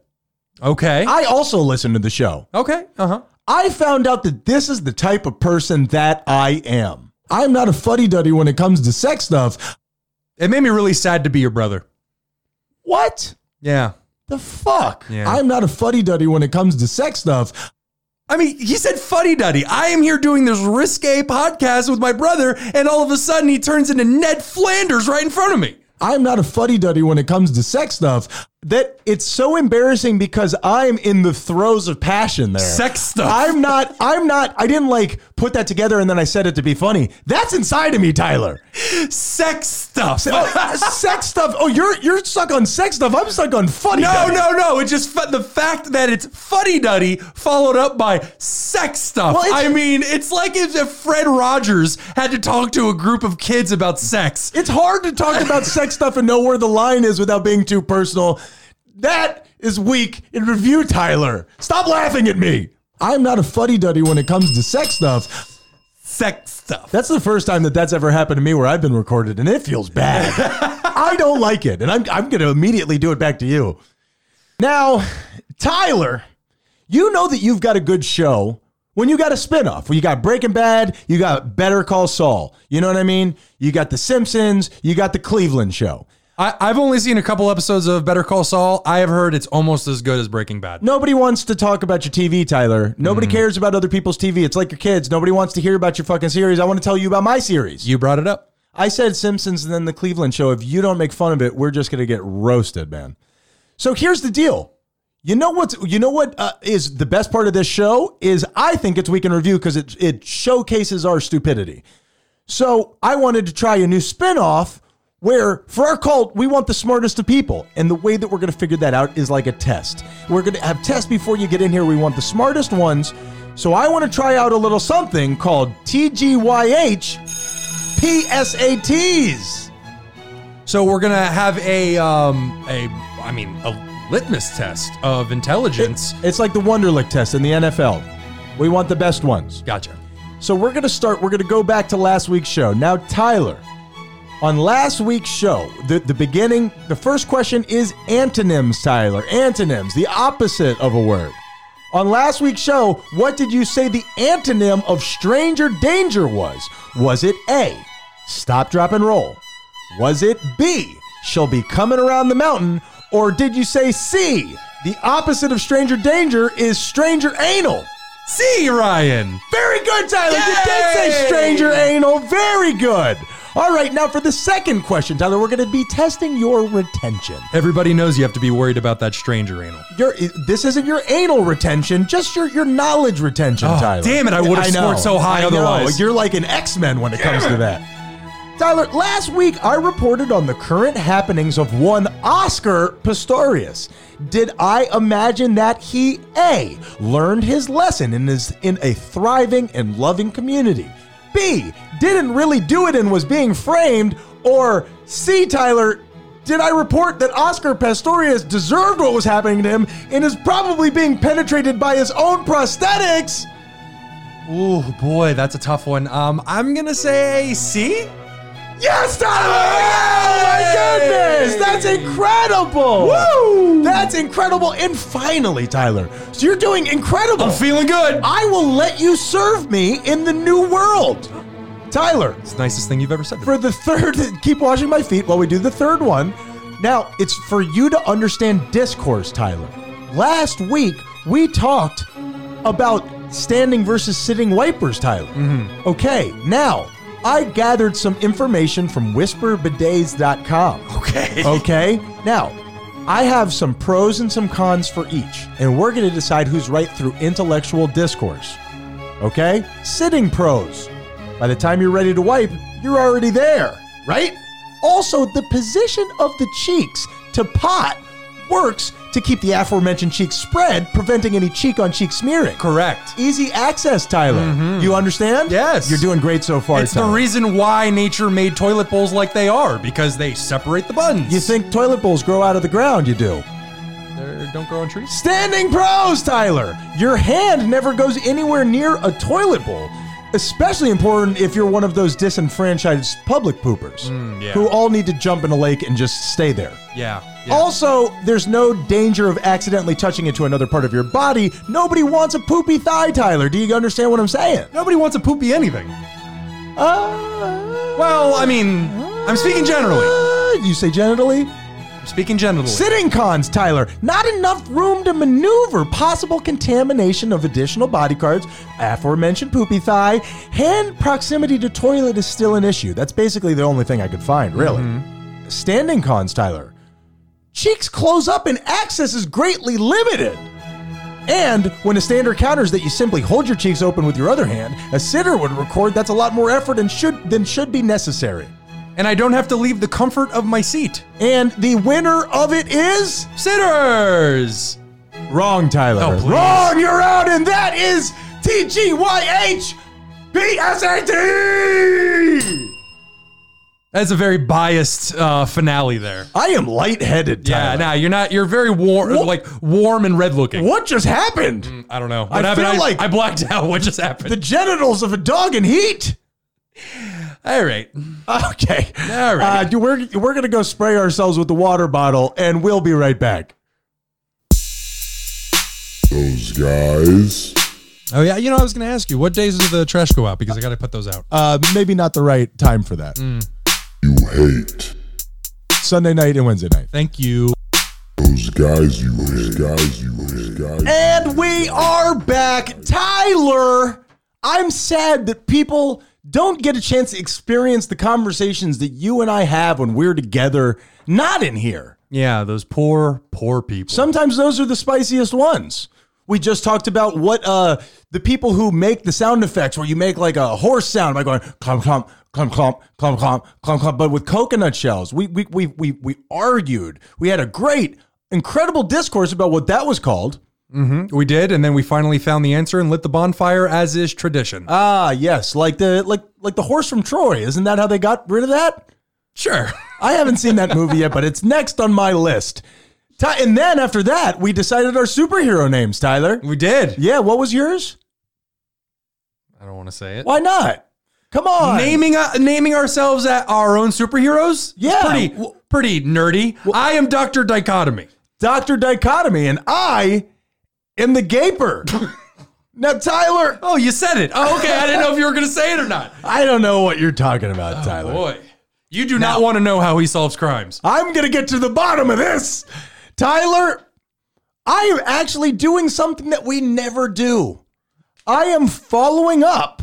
B: Okay.
A: I also listen to the show.
B: okay. Uh-huh.
A: I found out that this is the type of person that I am. I'm not a fuddy duddy when it comes to sex stuff.
B: It made me really sad to be your brother.
A: What
B: Yeah.
A: the fuck?
B: Yeah.
A: I'm not a fuddy duddy when it comes to sex stuff.
B: I mean, he said fuddy duddy. I am here doing this risque podcast with my brother, and all of a sudden he turns into Ned Flanders right in front of me.
A: I'm not a fuddy duddy when it comes to sex stuff. That it's so embarrassing because I'm in the throes of passion there.
B: Sex stuff.
A: I'm not, I'm not, I didn't like put that together and then I said it to be funny. That's inside of me, Tyler.
B: Sex stuff.
A: Oh, sex stuff. Oh, you're you're stuck on sex stuff. I'm stuck on fuddy
B: No,
A: duddy.
B: no, no. It's just fu- the fact that it's fuddy duddy followed up by sex stuff.
A: Well, it's-
B: I mean, it's like if, if Fred Rogers had to talk to a group of kids about sex.
A: It's hard to talk about sex stuff and know where the line is without being too personal. That is weak in review, Tyler. Stop laughing at me. I'm not a fuddy duddy when it comes to sex stuff.
B: Sex stuff.
A: That's the first time that that's ever happened to me where I've been recorded, and it feels bad. I don't like it, and I'm, I'm going to immediately do it back to you. Now, Tyler, you know that you've got a good show when you got a spinoff. When you got Breaking Bad, you got Better Call Saul. You know what I mean? You got The Simpsons, you got The Cleveland Show.
B: I, I've only seen a couple episodes of Better Call Saul. I have heard it's almost as good as Breaking Bad.
A: Nobody wants to talk about your TV, Tyler. Nobody cares about other people's TV. It's like your kids. Nobody wants to hear about your fucking series. I want to tell you about my series.
B: You brought it up.
A: I said Simpsons and then the Cleveland show. If you don't make fun of it, we're just going to get roasted, man. So here's the deal. You know what's you know what uh, is the best part of this show is I think it's week in review because it it showcases our stupidity. So I wanted to try a new spin-off where for our cult we want the smartest of people and the way that we're going to figure that out is like a test. We're going to have tests before you get in here. We want the smartest ones. So I want to try out a little something called TGYH PSATs.
B: So we're gonna have a um a I mean a litmus test of intelligence.
A: It's like the Wonderlick test in the NFL. We want the best ones.
B: Gotcha.
A: So we're going to start, we're going to go back to last week's show. Now, Tyler, on last week's show, the, the beginning, the first question is antonyms, Tyler. Antonyms, the opposite of a word. On last week's show, what did you say the antonym of stranger danger was? Was it A, stop, drop, and roll? Was it B, she'll be coming around the mountain? Or did you say C, the opposite of stranger danger is stranger anal?
B: See Ryan.
A: Very good, Tyler. You did say
B: Yay!
A: stranger anal. Very good. All right, now for the second question, Tyler, we're going to be testing your retention.
B: Everybody knows you have to be worried about that stranger anal.
A: Your this isn't your anal retention, just your your knowledge retention,
B: Oh,
A: Tyler.
B: damn it, I would've
A: know,
B: scored so high
A: I know.
B: otherwise.
A: You're like an X Men when it comes to that. Tyler, last week I reported on the current happenings of one Oscar Pistorius. Did I imagine that he A learned his lesson and is in a thriving and loving community? B didn't really do it and was being framed, or C Tyler did I report that Oscar Pistorius deserved what was happening to him and is probably being penetrated by his own prosthetics?
B: Oh boy, that's a tough one. Um, I'm gonna say C.
A: Yes, Tyler! Oh my
B: Yay!
A: goodness! That's incredible! Woo! That's incredible. And finally, Tyler, so you're doing incredible.
B: I'm feeling good.
A: I will let you serve me in the new world. Tyler,
B: It's the nicest thing you've ever said. to me.
A: for the third, keep washing my feet while we do the third one. Now, it's for you to understand discourse, Tyler. Last week, we talked about standing versus sitting wipers, Tyler. Okay, now, I
B: Oh,
A: gathered some information from whisperbidets.com.
B: Okay.
A: Okay, now, I have some pros and some cons for each, and we're going to decide who's right through intellectual discourse. Okay? Sitting pros. By the time you're ready to wipe, you're already there, right? Also, the position of the cheeks to pot works to keep the aforementioned cheeks spread, preventing any cheek on cheek smearing.
B: Correct.
A: Easy access, Tyler. You understand?
B: Mm-hmm. Yes.
A: You're doing great so far.
B: It's the
A: Tyler.
B: reason why nature made toilet bowls like they are because they separate the buns.
A: You think toilet bowls grow out of the ground? You do.
B: they don't grow on trees?
A: Standing pros, Tyler. Your hand never goes anywhere near a toilet bowl. Especially important if you're one of those disenfranchised public poopers
B: Mm, yeah.
A: who all need to jump in a lake and just stay there.
B: Yeah. yeah.
A: Also, there's no danger of accidentally touching it to another part of your body. Nobody wants a poopy thigh, Tyler. Do you understand what I'm saying?
B: Nobody wants to poopy anything.
A: Uh,
B: Well, I mean, I'm speaking generally.
A: uh, you say genitally?
B: I'm speaking generally.
A: Sitting cons, Tyler. Not enough room to maneuver. Possible contamination of additional body parts. Aforementioned poopy thigh. Hand proximity to toilet is still an issue. That's basically the only thing I could find, really. Standing cons, Tyler. Cheeks close up and access is greatly limited. And when a stander counters that you simply hold your cheeks open with your other hand, a sitter would record that's a lot more effort and should than should be necessary.
B: and I don't have to leave the comfort of my seat.
A: And the winner of it is
B: Sitters!
A: Wrong, Tyler.
B: Oh, please.
A: Wrong, you're out, and that is TGYH PSAT!
B: That's a very biased uh, finale there.
A: I am lightheaded, Tyler.
B: Yeah, nah, you're not. You're very warm,
A: What?
B: like warm and red looking.
A: What just happened?
B: I don't know. What
A: I
B: happened?
A: feel like-
B: I blacked out. What just happened?
A: The genitals of a dog in heat.
B: All right.
A: Okay.
B: All right.
A: Uh, you- we're we're going to go spray ourselves with the water bottle, and we'll be right back.
D: Those guys.
B: Oh yeah. You know, I was gonna ask you what days does the trash go out because I gotta put those out.
A: Uh, maybe not the right time for that.
B: Mm.
D: You hate.
A: Sunday night and Wednesday night.
B: Thank you.
D: Those guys you hate. Those guys you hate. Those guys.
A: And we are back. Tyler, I'm sad that people don't get a chance to experience the conversations that you and I have when we're together, not in here.
B: Yeah, those poor, poor people.
A: Sometimes those are the spiciest ones. We just talked about what uh, the people who make the sound effects, where you make like a horse sound by going clump clump clump clump clump clump clump clump, but with coconut shells. We we we we we argued. We had a great, incredible discourse about what that was called.
B: we did, and then we finally found the answer and lit the bonfire as is tradition.
A: Ah, yes, like the like like the horse from Troy. Isn't that how they got rid of that?
B: sure.
A: I haven't seen that movie yet, but it's next on my list. Ty- and then after that, we decided our superhero names, Tyler.
B: We did.
A: Yeah, what was yours?
B: I don't want to say it.
A: Why not? Come on.
B: Naming uh, naming ourselves at our own superheroes. It's
A: Yeah.
B: pretty pretty nerdy. I am Doctor Dichotomy.
A: Dr. Dichotomy and I am the gaper. now, Tyler,
B: Oh, you said it. Oh, okay. I didn't know if you were gonna say it or not.
A: I don't know what you're talking about, Tyler.
B: Boy, you do not want to know how he solves crimes.
A: I'm going to get to the bottom of this. Tyler, I am actually doing something that we never do. I am following up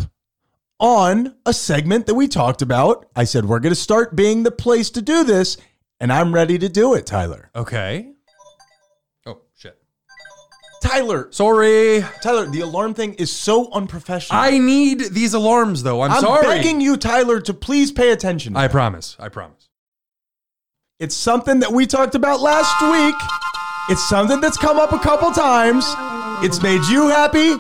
A: on a segment that we talked about. I said, we're going to start being the place to do this, and I'm ready to do it, Tyler.
B: Okay. Oh shit.
A: Tyler,
B: Sorry.
A: Tyler, the alarm thing is so unprofessional.
B: I need these alarms though. I'm,
A: I'm
B: sorry.
A: begging you, Tyler, to please pay attention.
B: I promise. I promise.
A: It's something that we talked about last week. It's something that's come up a couple times. It's made you happy.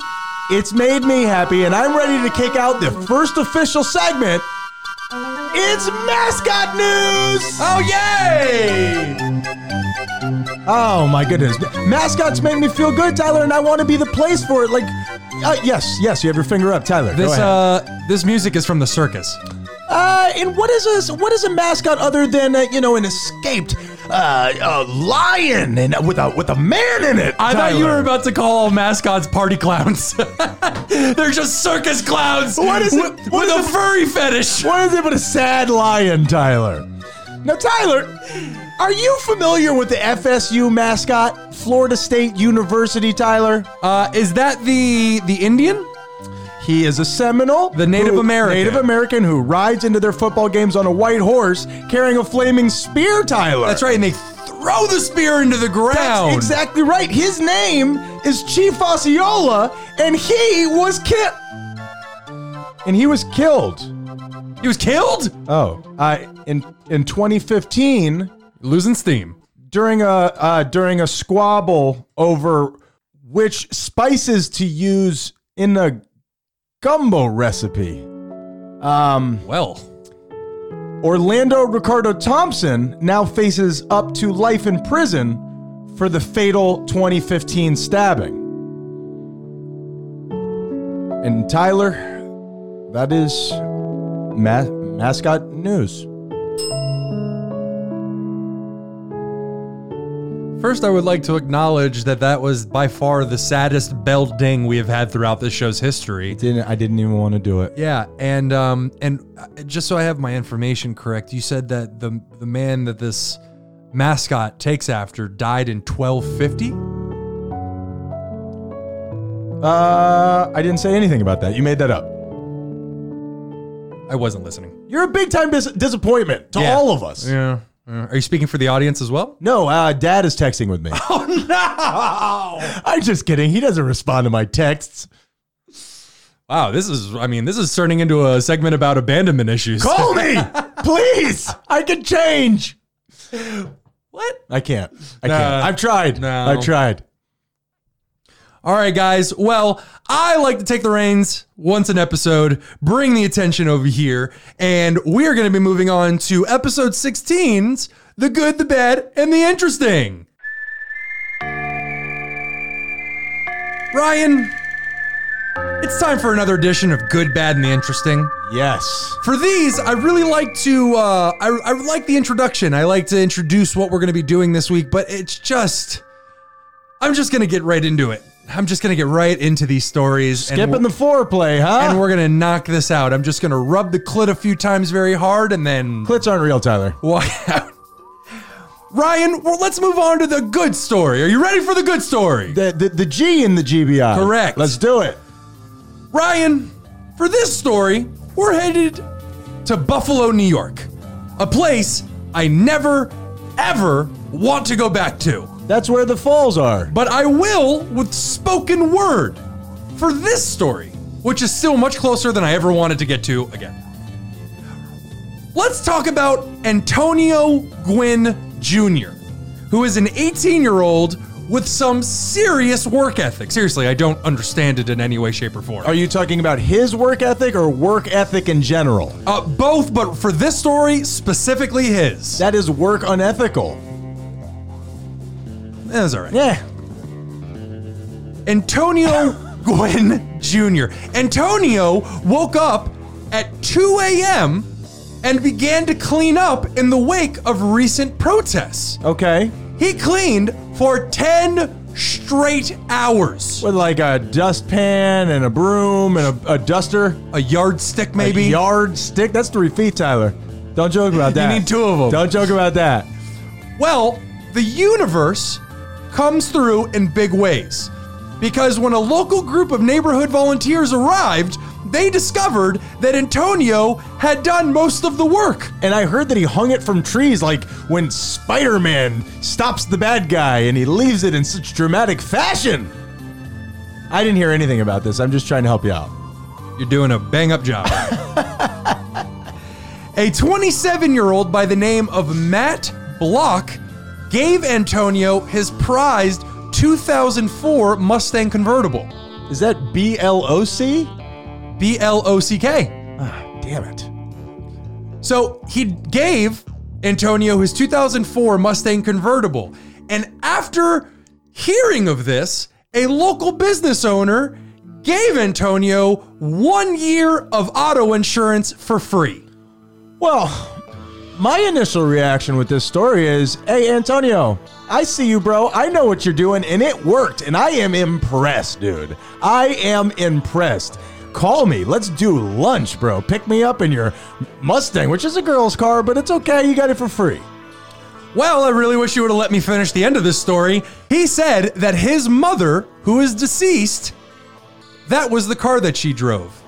A: It's made me happy. And I'm ready to kick out the first official segment. It's mascot news.
B: Oh yay!
A: Oh my goodness. Mascots make me feel good, Tyler, and I want to be the place for it. Like, uh, yes, yes, you have your finger up, Tyler. Go
B: This
A: ahead.
B: uh this music is from the circus.
A: Uh, and what is a what is a mascot other than uh, you know an escaped uh, a lion and with a with a man in it?
B: I thought you
A: Tyler?
B: were about to call mascots party clowns. They're just circus clowns.
A: What is it?
B: With,
A: What
B: with
A: is
B: a
A: it?
B: furry fetish.
A: What is it but a sad lion, Tyler? Now, Tyler, are you familiar with the FSU mascot, Florida State University? Tyler,
B: Uh, is that the the Indian?
A: he is a Seminole,
B: The Native
A: who-
B: American.
A: Native American who rides into their football games on a white horse carrying a flaming spear. Tyler,
B: That's right, and they throw the spear into the ground.
A: That's exactly right. His name is Chief Osceola, and he was killed. And he was killed.
B: He was killed.
A: Oh, uh, in in 2015
B: Losing steam.
A: during a uh, during a squabble over which spices to use in a gumbo recipe. Um.
B: Well,
A: Orlando Ricardo Thompson now faces up to life in prison for the fatal 2015 stabbing. And Tyler, that is ma- mascot news.
B: first I would like to acknowledge that that was by far the saddest bell ding we have had throughout this show's history.
A: Didn't I didn't even want to do it.
B: Yeah, and um, and uh, just so I have my information correct, you said that the the man that this mascot takes after died in 1250.
A: Uh, I didn't say anything about that. You made that up.
B: I wasn't listening.
A: You're a big time dis- disappointment to
B: Yeah.
A: all of us.
B: Yeah. Uh, Are you speaking for the audience as well?
A: No, uh, Dad is texting with me.
B: Oh no!
A: I'm just kidding. He doesn't respond to my texts.
B: Wow, this is I mean, this is turning into a segment about abandonment issues.
A: Call me, please. I can change.
B: What?
A: I can't. I
B: No.
A: can't. I've tried.
B: No.
A: I've tried.
B: All right, guys. Well, I like to take the reins once an episode, bring the attention over here, and we are going to be moving on to episode 16's The Good, the Bad, and the Interesting. Ryan, it's time for another edition of Good, Bad, and the Interesting.
A: Yes.
B: For these, I really like to. Uh, I, I like the introduction. I like to introduce what we're going to be doing this week, but it's just. I'm just going to get right into it. I'm just going to get right into these stories. and
A: Skipping
B: we're-
A: the foreplay,
B: and
A: huh?
B: we're going to knock this out. I'm just going to rub the clit a few times very hard and then
A: Clits aren't real, Tyler.
B: walk out. Ryan, well, let's move on to the good story. Are you ready for the good story?
A: The, the the G in the GBI.
B: Correct.
A: Let's do it.
B: Ryan, for this story, we're headed to Buffalo, New York, a place I never, ever want to go back to.
A: That's where the falls are.
B: But I will with spoken word for this story, which is still much closer than I ever wanted to get to again. Let's talk about Antonio Gwynn Jr., who is an 18 year old with some serious work ethic. Seriously, I don't understand it in any way, shape, or form.
A: Are you talking about his work ethic or work ethic in general?
B: Uh, both, but for this story, specifically his.
A: That is work unethical.
B: That's all right.
A: Yeah.
B: Antonio Gwynn Jr. Antonio woke up at 2 a.m. and began to clean up in the wake of recent protests.
A: Okay.
B: He cleaned for 10 straight hours.
A: With like a dustpan and a broom and a, a duster.
B: A yardstick,
A: A
B: maybe?
A: yard stick. That's three feet, Tyler. Don't joke about that.
B: need two of 'em.
A: Don't joke about that.
B: Well, the universe comes through in big ways. Because when a local group of neighborhood volunteers arrived, they discovered that Antonio had done most of the work.
A: And I heard that he hung it from trees, like when Spider Man stops the bad guy and he leaves it in such dramatic fashion. I didn't hear anything about this. I'm just trying to help you out.
B: You're doing a bang up job. a 27 year old by the name of Matt Block gave Antonio his prized 2004 Mustang convertible,
A: Is that B L O C?
B: B L O C K.
A: Ah, damn it.
B: So he gave Antonio his 2004 Mustang convertible. And after hearing of this, a local business owner gave Antonio one year of auto insurance for free.
A: Well, my initial reaction with this story is hey, Antonio, I see you, bro. I know what you're doing, and it worked. And I am impressed, dude. I am impressed. Call me. Let's do lunch, bro. Pick me up in your Mustang, which is a girl's car, but it's okay. You got it for free.
B: Well, I really wish you would have let me finish the end of this story. He said that his mother, who is deceased, that was the car that she drove.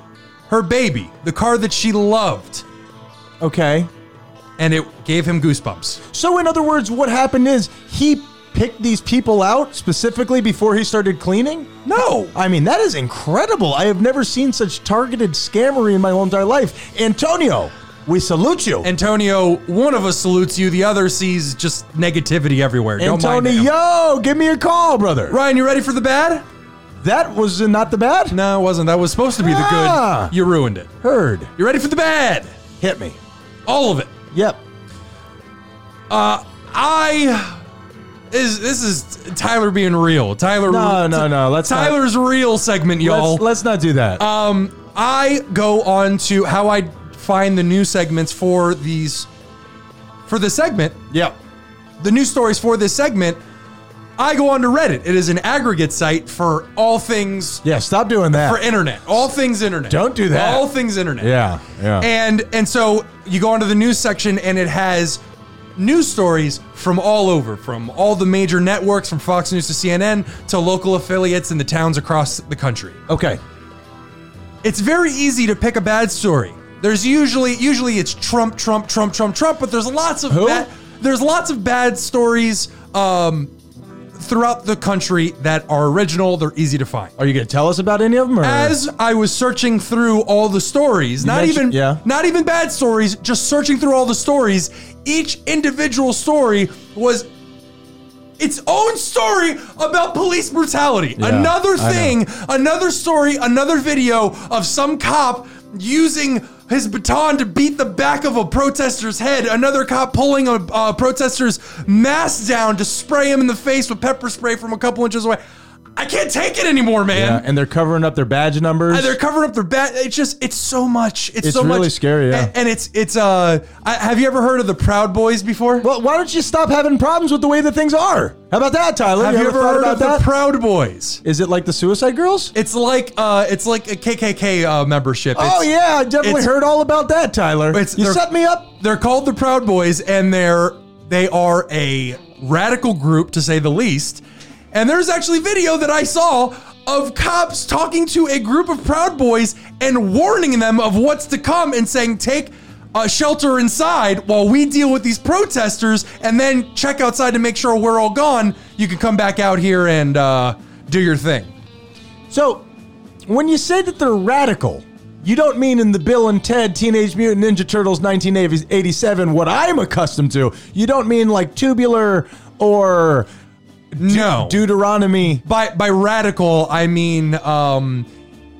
B: Her baby, the car that she loved.
A: Okay.
B: and it gave him goosebumps.
A: So, in other words, what happened is he picked these people out specifically before he started cleaning?
B: No.
A: I mean, that is incredible. I have never seen such targeted scammery in my whole entire life. Antonio, we salute you.
B: Antonio, one of us salutes you, the other sees just negativity everywhere. Don't mind him.
A: Antonio, give me a call, brother.
B: Ryan, you ready for the bad?
A: That was not the bad.
B: No, it wasn't. That was supposed to be the
A: Ah.
B: good. You ruined it.
A: Heard.
B: You ready for the bad?
A: Hit me.
B: All of it.
A: Yep.
B: I is this is Tyler being real. Tyler
A: No, no, no. Let's not-
B: Tyler's real segment, y'all.
A: Let's, let's not do that.
B: um I go on to how I find the new segments for these for this segment.
A: yep.
B: the news stories for this segment, I go on to Reddit. It is an aggregate site for all things
A: Yeah, stop doing that.
B: for internet. All things internet.
A: Don't do that.
B: All things internet.
A: yeah, yeah.
B: And and so you go onto the news section and it has news stories from all over, from all the major networks, from Fox News to CNN to local affiliates in the towns across the country.
A: okay.
B: It's very easy to pick a bad story. There's usually usually it's Trump, Trump, Trump, Trump, Trump, but there's lots of
A: Who?
B: bad there's lots of bad stories um, throughout the country that are original. They're easy to find.
A: Are you going to tell us about any of them? Or?
B: As I was searching through all the stories, not
A: mentioned-
B: even
A: yeah.
B: not even bad stories, just searching through all the stories, each individual story was its own story about police brutality.
A: Yeah,
B: another
A: I know.
B: thing, another story, another video of some cop using his baton to beat the back of a protester's head. Another cop pulling a uh, protester's mask down to spray him in the face with pepper spray from a couple inches away. I can't take it anymore, man.
A: yeah, and they're covering up their badge numbers.
B: Uh, they're covering up their bat. It's just, it's so much. It's,
A: It's
B: so
A: really
B: much.
A: scary, yeah.
B: A- And, it's, it's. Uh, I, have you ever heard of the Proud Boys before?
A: well, why don't you stop having problems with the way that things are? How about that, Tyler?
B: have you ever
A: thought
B: heard
A: about
B: of
A: that?
B: the Proud Boys?
A: Is it like the Suicide Girls?
B: It's like, uh, it's like a KKK uh, membership. It's,
A: oh yeah, I definitely
B: it's-
A: heard all about that, Tyler.
B: It's-
A: you
B: they're-
A: set me up.
B: They're called the Proud Boys, and they're they are a radical group to say the least. And there's actually video that I saw of cops talking to a group of Proud Boys and warning them of what's to come and saying, "Take uh, shelter inside while we deal with these protesters, and then check outside to make sure we're all gone. You can come back out here and uh, do your thing."
A: So, when you say that they're radical, you don't mean in the Bill and Ted Teenage Mutant Ninja Turtles 1987 what I'm accustomed to. You don't mean like tubular or
B: No,
A: Deuteronomy.
B: by by radical I mean um,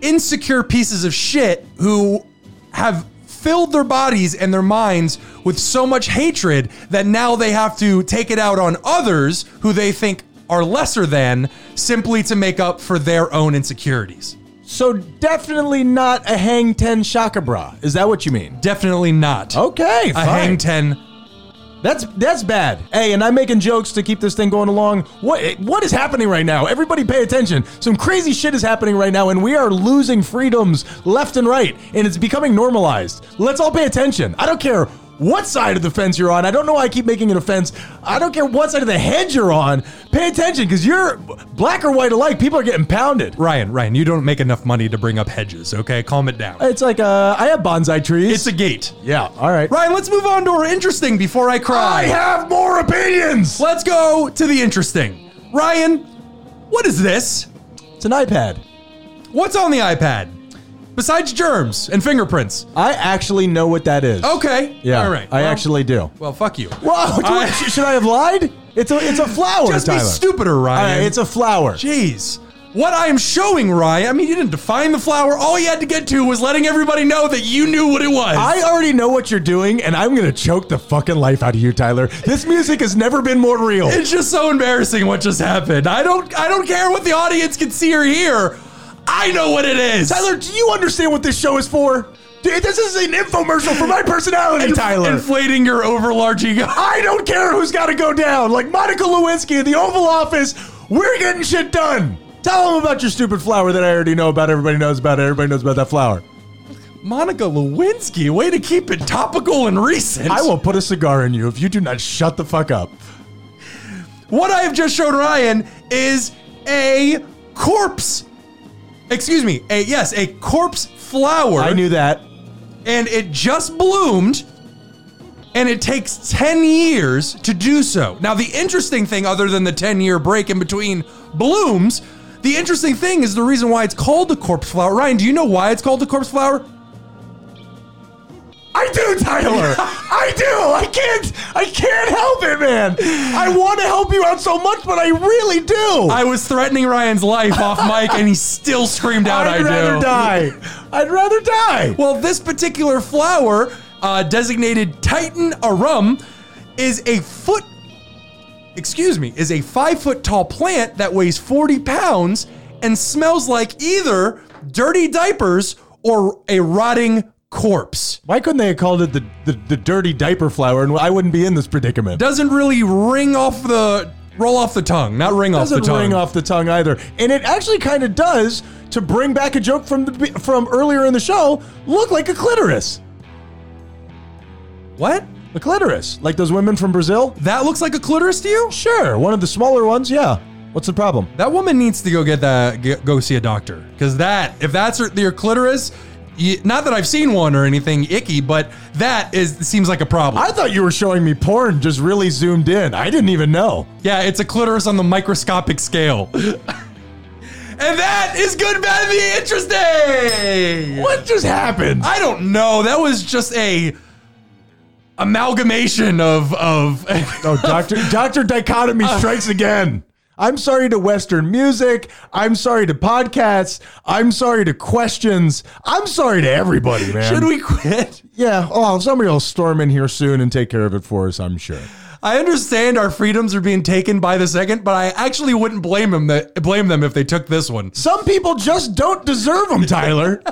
B: insecure pieces of shit who have filled their bodies and their minds with so much hatred that now they have to take it out on others who they think are lesser than simply to make up for their own insecurities.
A: So definitely not a hang ten shaka bra. Is that what you mean?
B: Definitely not.
A: Okay,
B: A
A: Oh, fine.
B: hang ten.
A: That's that's bad. Hey, and I'm making jokes to keep this thing going along. What what is happening right now? Everybody pay attention. Some crazy shit is happening right now and we are losing freedoms left and right and it's becoming normalized. Let's all pay attention. I don't care what side of the fence you're on. I don't know why I keep making it a fence. I don't care what side of the hedge you're on. Pay attention cuz you're black or white alike. People are getting pounded.
B: Ryan, Ryan, you don't make enough money to bring up hedges, okay? Calm it down.
A: It's like uh I have bonsai trees.
B: It's a gate.
A: yeah, all right.
B: Ryan, let's move on to our interesting before I cry.
A: I have more opinions.
B: Let's go to the interesting. Ryan, what is this?
A: It's an iPad.
B: What's on the iPad? Besides germs and fingerprints.
A: I actually know what that is.
B: Okay.
A: Yeah.
B: All right.
A: I
B: well,
A: actually do.
B: Well, fuck you.
A: Wow. do I- should I have lied? It's a it's a flower,
B: Just
A: Tyler.
B: be stupider,
A: All
B: Ryan.
A: right, it's a flower.
B: Jeez. What I am showing, Ryan, I mean, you didn't define the flower. All you had to get to was letting everybody know that you knew what it was.
A: I already know what you're doing, and I'm gonna choke the fucking life out of you, Tyler. This music has never been more real.
B: it's just so embarrassing what just happened. I don't I don't care what the audience can see or hear. I know what it is.
A: Tyler, do you understand what this show is for? Dude, this is an infomercial for my personality, Tyler.
B: inflating your overlarge ego.
A: I don't care who's got to go down. Like Monica Lewinsky in the Oval Office, we're getting shit done. Tell them about your stupid flower that I already know about. Everybody knows about it. Everybody knows about that flower.
B: Monica Lewinsky, way to keep it topical and recent.
A: I will put a cigar in you if you do not shut the fuck up.
B: What I have just shown Ryan is a corpse. Excuse me. A yes, a corpse flower.
A: I knew that.
B: and it just bloomed. and it takes 10 years to do so. Now, the interesting thing, other than the 10 year break in between blooms, the interesting thing is the reason why it's called the corpse flower. Ryan, do you know why it's called the corpse flower?
A: I do, Tyler. I do. I can't. I can't help it, man. I want to help you out so much, but I really do. I,
B: I was threatening Ryan's life off mic, and he still screamed out,
A: would
B: "I
A: rather
B: do."
A: die. I'd rather die.
B: Well, this particular flower, uh, designated Titan arum, is a foot. Excuse me, is a five foot tall plant that weighs 40 pounds and smells like either dirty diapers or a rotting corpse.
A: Why couldn't they have called it the, the, the dirty diaper flower and I wouldn't be in this predicament?
B: Doesn't really ring off the roll off the tongue, not ring off the
A: doesn't
B: tongue.
A: ring off the tongue either. And it actually kind of does to bring back a joke from the be- from earlier in the show. Look like a clitoris,
B: What?
A: a clitoris, like those women from Brazil.
B: That looks like a clitoris to you?
A: Sure, one of the smaller ones. Yeah. What's the problem?
B: That woman needs to go get that g- go see a doctor because that if that's her, your clitoris, you, not that I've seen one or anything icky, but that is seems like a problem.
A: I thought you were showing me porn, just really zoomed in. I didn't even know.
B: yeah, it's a clitoris on the microscopic scale. and that is good, bad, and the interesting.
A: What just happened?
B: I don't know. That was just a amalgamation of of.
A: Oh, Doctor Doctor Dichotomy
B: Uh.
A: strikes again. I'm sorry to Western music. I'm sorry to podcasts. I'm sorry to questions. I'm sorry to everybody, man.
B: Should we quit?
A: Yeah. Oh, somebody will storm in here soon and take care of it for us, I'm sure.
B: I understand our freedoms are being taken by the second, but I actually wouldn't blame them that blame them if they took this one.
A: Some people just don't deserve them, Tyler.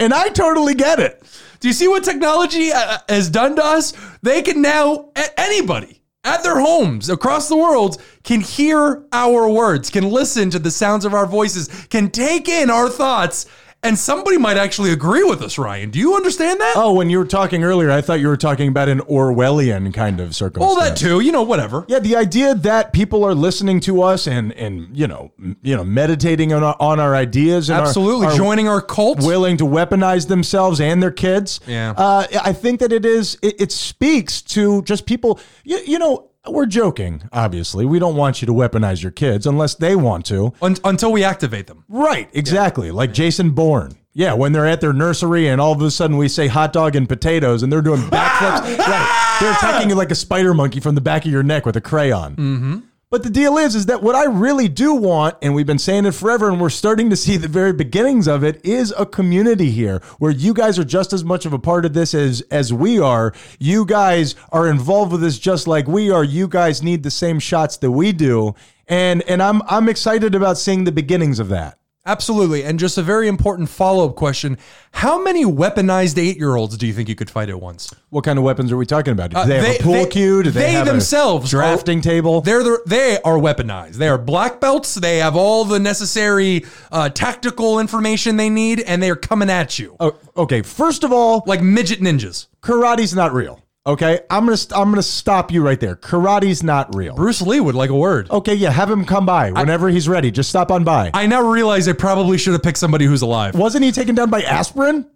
A: and I totally get it.
B: Do you see what technology uh, has done to us? They can now, a- anybody at their homes across the world can hear our words, can listen to the sounds of our voices, can take in our thoughts, and somebody might actually agree with us, Ryan. Do you understand that?
A: Oh, when you were talking earlier, I thought you were talking about an Orwellian kind of circumstance.
B: All that too, you know, whatever.
A: Yeah, the idea that people are listening to us and and you know m- you know meditating on our, on our ideas and are-
B: Absolutely.
A: are
B: Joining our cult.
A: willing to weaponize themselves and their kids.
B: Yeah.
A: uh, I think that it is. It, it speaks to just people. You, you know, we're joking. Obviously, we don't want you to weaponize your kids unless they want to.
B: un- until we activate them.
A: Right, exactly. Like Jason Bourne. Yeah, when they're at their nursery and all of a sudden we say hot dog and potatoes and they're doing backflips. right. They're attacking you like a spider monkey from the back of your neck with a crayon. Mm-hmm. But the deal is, is that what I really do want, and we've been saying it forever, and we're starting to see the very beginnings of it, is a community here where you guys are just as much of a part of this as as we are. You guys are involved with this just like we are. You guys need the same shots that we do. And and I'm I'm excited about seeing the beginnings of that.
B: Absolutely. And just a very important follow up question How many weaponized eight year olds do you think you could fight at once?
A: What kind of weapons are we talking about? Do
B: Uh,
A: they have
B: they-
A: a pool
B: they-
A: cue? Do they,
B: they
A: have
B: themselves
A: a
B: are-
A: drafting table?
B: They're the, they are weaponized. They are black belts. They have all the necessary uh, tactical information they need, and they are coming at you
A: Oh, okay, first of all,
B: like midget ninjas.
A: karate's not real. Okay, I'm gonna st- I'm gonna stop you right there. Karate's not real.
B: Bruce Lee would like a word.
A: Okay, yeah, have him come by whenever he's ready. Just stop on by.
B: I now realize I probably should have picked somebody who's alive.
A: Wasn't he taken down by aspirin?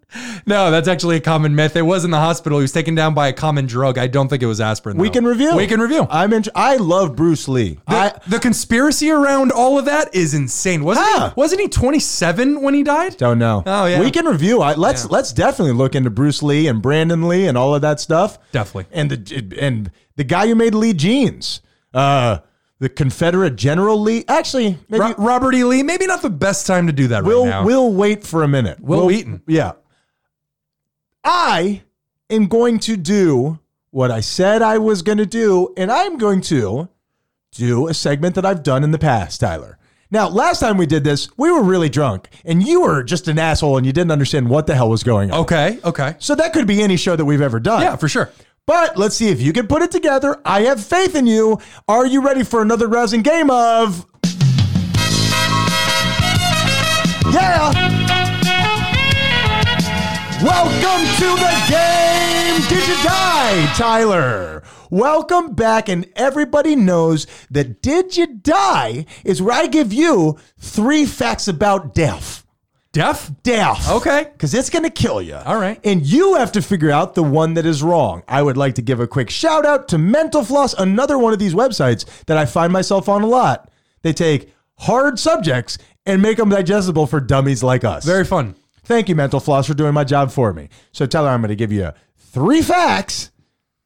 B: No, that's actually a common myth. It was in the hospital. He was taken down by a common drug. I don't think it was aspirin.
A: We
B: though.
A: can review.
B: We can review.
A: I'm in- I love Bruce Lee.
B: the,
A: I,
B: the conspiracy around all of that is insane. Wasn't
A: Huh.
B: he, wasn't he 27 when he died?
A: don't know.
B: Oh, yeah.
A: We can review. I, let's let's definitely look into Bruce Lee and Brandon Lee and all of that stuff.
B: Definitely.
A: And the and the guy who made Lee jeans, uh, the Confederate General Lee. Actually, maybe
B: Ro- Robert E. Lee, maybe not the best time to do that
A: we'll
B: right now.
A: we'll wait for a minute.
B: Will
A: We'll-
B: Wheaton.
A: Yeah. I am going to do what I said I was going to do, and I'm going to do a segment that I've done in the past, Tyler. Now, last time we did this, we were really drunk, and you were just an asshole and you didn't understand what the hell was going on.
B: okay, okay.
A: So that could be any show that we've ever done.
B: Oh. Yeah, for sure.
A: But let's see if you can put it together. I have faith in you. Are you ready for another rousing game of. Yeah! Welcome to the game! Did you die, Tyler? Welcome back, and everybody knows that Did You Die is where I give you three facts about death.
B: Deaf?
A: deaf.
B: Okay.
A: Because it's going to kill you.
B: All right.
A: And you have to figure out the one that is wrong. I would like to give a quick shout out to Mental Floss, another one of these websites that I find myself on a lot. They take hard subjects and make them digestible for dummies like us.
B: Very fun.
A: Thank you, Mental Floss, for doing my job for me. So, Tyler, I'm going to give you three facts.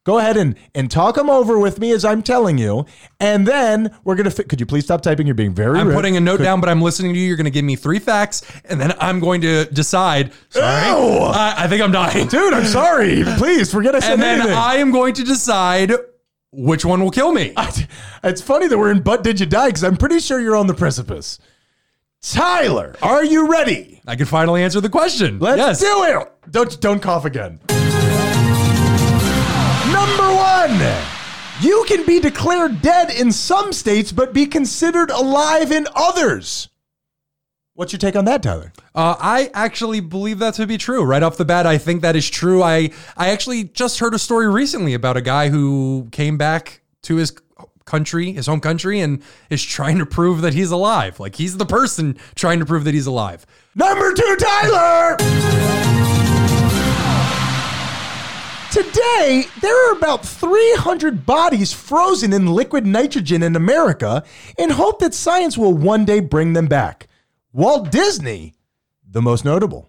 A: Go ahead and, and talk them over with me as I'm telling you. And then we're going to. Fi- Could you please stop typing? You're being very
B: I'm
A: rude.
B: putting a note down, but I'm listening to you. You're going to give me three facts, and then I'm going to decide. Sorry,
A: Ew!
B: I, I think I'm dying.
A: Dude, I'm sorry. Please forget I said
B: and then
A: anything.
B: I am going to decide which one will kill me.
A: It's funny that we're in But Did You Die? Because I'm pretty sure you're on the precipice. Tyler, are you ready?
B: I can finally answer the question.
A: Let's
B: yes.
A: do it. Don't don't cough again. Number one. You can be declared dead in some states, but be considered alive in others. What's your take on that, Tyler?
B: Uh, I actually believe that to be true. Right off the bat, I think that is true. I I actually just heard a story recently about a guy who came back to his country, his home country, and is trying to prove that he's alive. Like he's the person trying to prove that he's alive.
A: Number two, Tyler. Today, there are about 300 bodies frozen in liquid nitrogen in America in hope that science will one day bring them back. Walt Disney, the most notable.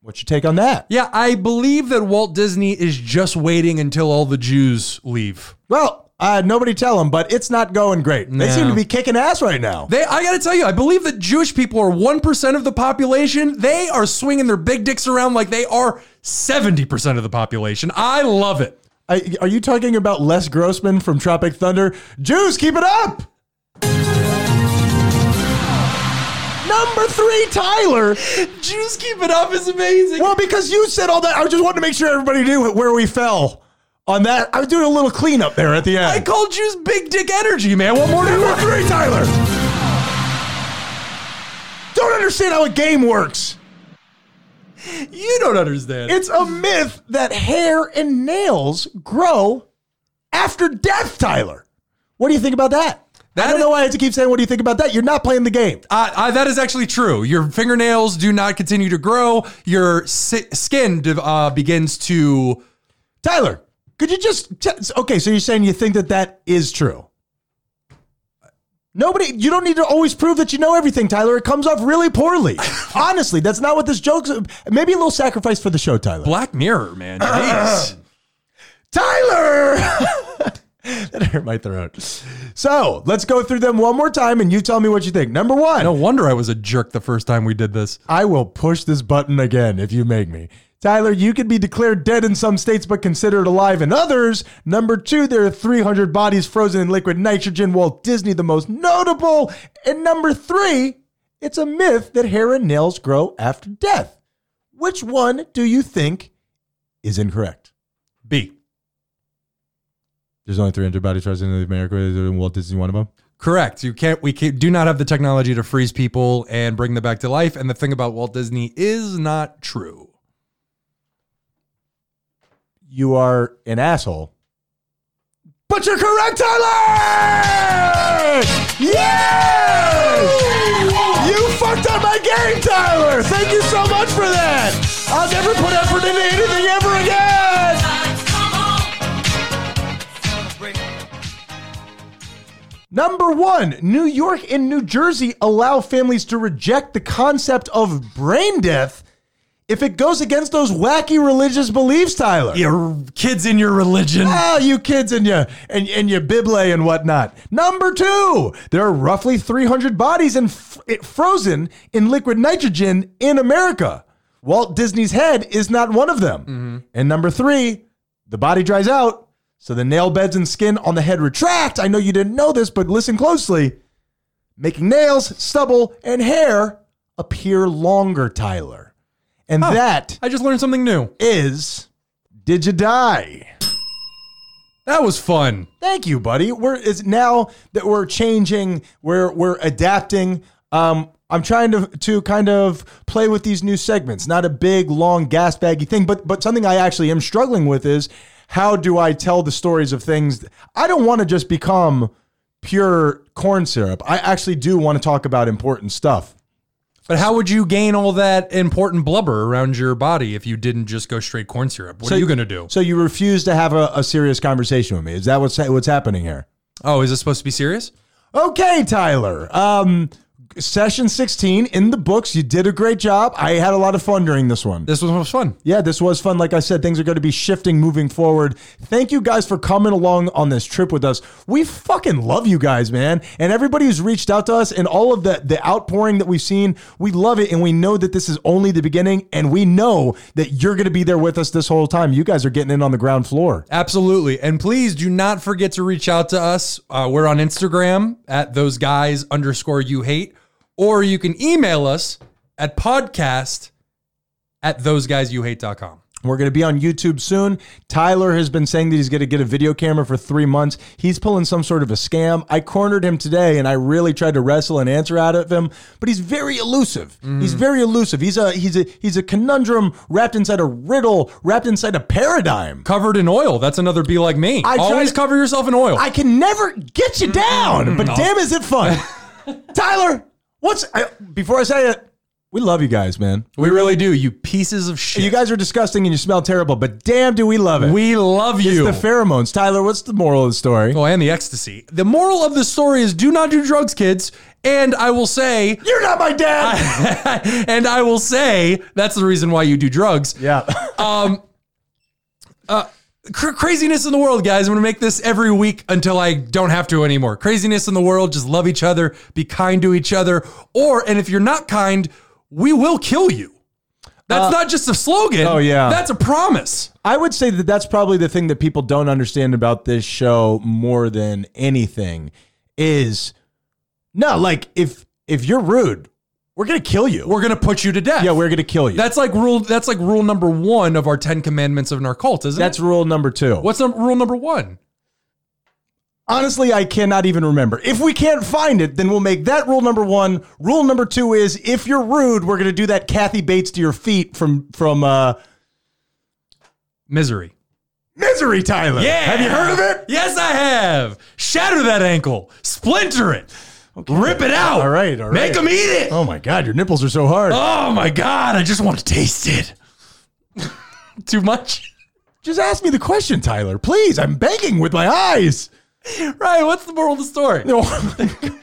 A: What's your take on that?
B: Yeah, I believe that Walt Disney is just waiting until all the Jews leave.
A: Well, uh, nobody tell them, but it's not going great. They seem
B: No.
A: to be kicking ass right now.
B: They, I gotta tell you, I believe that Jewish people are one percent of the population. They are swinging their big dicks around like they are seventy percent of the population. I love it.
A: I, are you talking about Les Grossman from Tropic Thunder? Jews, keep it up! Number three, Tyler.
B: Jews keep it up is amazing.
A: Well, because you said all that, I just wanted to make sure everybody knew where we fell on that. I was doing a little cleanup there at the
B: I
A: end.
B: call Jews big dick energy, man. What more do you
A: Number
B: want?
A: three, Tyler. Don't understand how a game works.
B: You don't understand.
A: It's a myth that hair and nails grow after death, Tyler. What do you think about that? I
B: That
A: don't
B: is-
A: know why I have to keep saying, what do you think about that? You're not playing the game.
B: Uh, uh, that is actually true. Your fingernails do not continue to grow. Your si- skin div- uh, begins to.
A: Tyler, could you just. T- okay, so you're saying you think that that is true. Nobody, you don't need to always prove that you know everything, Tyler. It comes off really poorly. Honestly, that's not what this joke's. Maybe a little sacrifice for the show, Tyler.
B: Black Mirror, man. Jeez.
A: Tyler! that hurt my throat. So let's go through them one more time and you tell me what you think. Number one,
B: No wonder I was a jerk the first time we did this.
A: I will push this button again if you make me. Tyler, you can be declared dead in some states but considered alive in others. Number two, there are 300 bodies frozen in liquid nitrogen, Walt Disney the most notable. And number three, it's a myth that hair and nails grow after death. Which one do you think is incorrect?
B: B.
A: There's only 300 bodies frozen in America, and Walt Disney one of them.
B: Correct. You can't. We can, do not have the technology to freeze people and bring them back to life. And the thing about Walt Disney is not true.
A: you are an asshole. But you're correct, Tyler! Yes! You fucked up my game, Tyler! Thank you so much for that! I'll never put effort into anything ever again! Number one, New York and New Jersey allow families to reject the concept of brain death if it goes against those wacky religious beliefs, Tyler.
B: Your kids in your religion.
A: Oh, you kids and your and, and your bible and whatnot. Number two, there are roughly 300 bodies in f- it- frozen in liquid nitrogen in America. Walt Disney's head is not one of them. And number three, the body dries out, so the nail beds and skin on the head retract. I know you didn't know this, but listen closely, making nails, stubble, and hair appear longer, Tyler. And that
B: I just learned something new.
A: is, did you die?
B: That was fun.
A: Thank you, buddy. We're is now that we're changing, we're we're adapting. Um, I'm trying to to kind of play with these new segments, not a big long gas baggy thing, but but something I actually am struggling with is how do I tell the stories of things? I don't want to just become pure corn syrup. I actually do want to talk about important stuff.
B: But how would you gain all that important blubber around your body if you didn't just go straight corn syrup? What are you going to do?
A: So you refuse to have a, a serious conversation with me. Is that what's what's happening here?
B: Oh, is this supposed to be serious?
A: Okay, Tyler. Um, session 16 in the books. You did a great job. I had a lot of fun during this one.
B: This was most fun.
A: Yeah, this was fun. Like I said, things are going to be shifting moving forward. Thank you guys for coming along on this trip with us. We fucking love you guys, man. And everybody who's reached out to us and all of the, the outpouring that we've seen, we love it. And we know that this is only the beginning. And we know that you're going to be there with us this whole time. You guys are getting in on the ground floor.
B: Absolutely. And please do not forget to reach out to us. Uh, we're on Instagram at those guys underscore you hate, or you can email us at podcast at those guys you hate.com.
A: We're going to be on YouTube soon. Tyler has been saying that he's going to get a video camera for three months. He's pulling some sort of a scam. I cornered him today, and I really tried to wrestle an answer out of him, but he's very elusive. He's very elusive. He's a he's a he's a conundrum wrapped inside a riddle, wrapped inside a paradigm.
B: Covered in oil. That's another be like me.
A: I tried
B: Always
A: to-
B: cover yourself in oil.
A: I can never get you down, but damn, is it fun, Tyler? What's I, before I say it? We love you guys, man.
B: we really do, you pieces of shit.
A: You guys are disgusting and you smell terrible, but damn, do we love it.
B: we love
A: it's
B: you.
A: the pheromones, Tyler. What's the moral of the story?
B: oh, and the ecstasy. The moral of the story is do not do drugs, kids. And I will say,
A: You're not my dad.
B: and I will say, that's the reason why you do drugs.
A: yeah.
B: Cr- craziness in the world, guys. I'm going to make this every week until I don't have to anymore. Craziness in the world. Just love each other, be kind to each other. Or, and if you're not kind, we will kill you. That's not just a slogan.
A: Uh, oh, yeah.
B: That's a promise.
A: I would say that that's probably the thing that people don't understand about this show more than anything is no, like if if you're rude, we're gonna kill you.
B: We're going to put you to death.
A: yeah, we're gonna kill you.
B: that's like rule. That's like rule number one of our ten commandments of our cult, isn't
A: that's
B: it?
A: rule number two.
B: What's num- rule number one?
A: Honestly, I cannot even remember. If we can't find it, then we'll make that rule number one. Rule number two is if you're rude, we're gonna do that Kathy Bates to your feet from from uh,
B: Misery.
A: Misery, Tyler.
B: Yeah.
A: have you heard of it?
B: Yes, I have. Shatter that ankle. Splinter it. Rip it out.
A: All right, all right.
B: Make them eat it.
A: Oh my God, your nipples are so hard.
B: Oh my god, I just want to taste it. Too much?
A: Just ask me the question, Tyler. Please, I'm begging with my eyes.
B: Ryan, what's the moral of the story?
A: No. the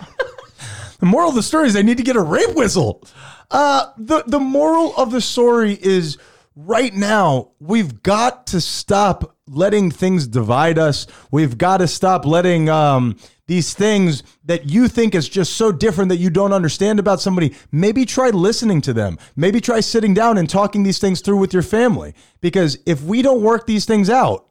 A: moral of the story is I need to get a rape whistle. Uh, the the moral of the story is right now we've got to stop letting things divide us. We've got to stop letting um, these things that you think is just so different that you don't understand about somebody. Maybe try listening to them. Maybe try sitting down and talking these things through with your family. Because if we don't work these things out,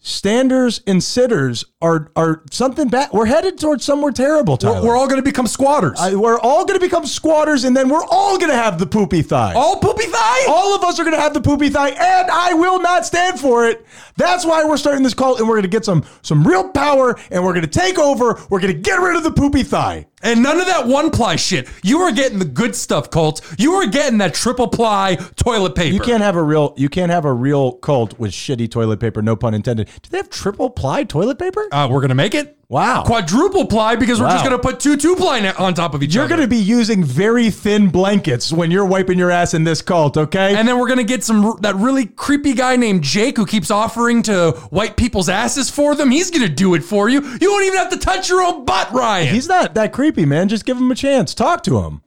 A: standers and sitters are are something bad. We're headed towards somewhere terrible, Tyler.
B: We're, we're all going to become squatters.
A: I- we're all going to become squatters, and then we're all going to have the poopy thigh.
B: all poopy thigh?
A: All of us are going to have the poopy thigh, and I will not stand for it. That's why we're starting this call, and we're going to get some some real power, and we're going to take over. We're going to get rid of the poopy thigh.
B: and none of that one ply shit. You were getting the good stuff, cult. You were getting that triple ply toilet paper.
A: You can't have a real you can't have a real cult with shitty toilet paper. No pun intended. Do they have triple ply toilet paper?
B: Uh, we're going to make it.
A: Wow.
B: Quadruple ply because we're
A: Wow.
B: just going to put two two ply na- on top of each
A: You're
B: other.
A: going to be using very thin blankets when you're wiping your ass in this cult, okay?
B: And then we're gonna get some that really creepy guy named Jake who keeps offering to white people's asses for them. He's gonna do it for you. You don't even have to touch your own butt, Ryan.
A: He's not that creepy, man. Just give him a chance. Talk to him.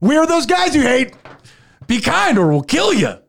A: We are those guys you hate.
B: Be kind or we'll kill you.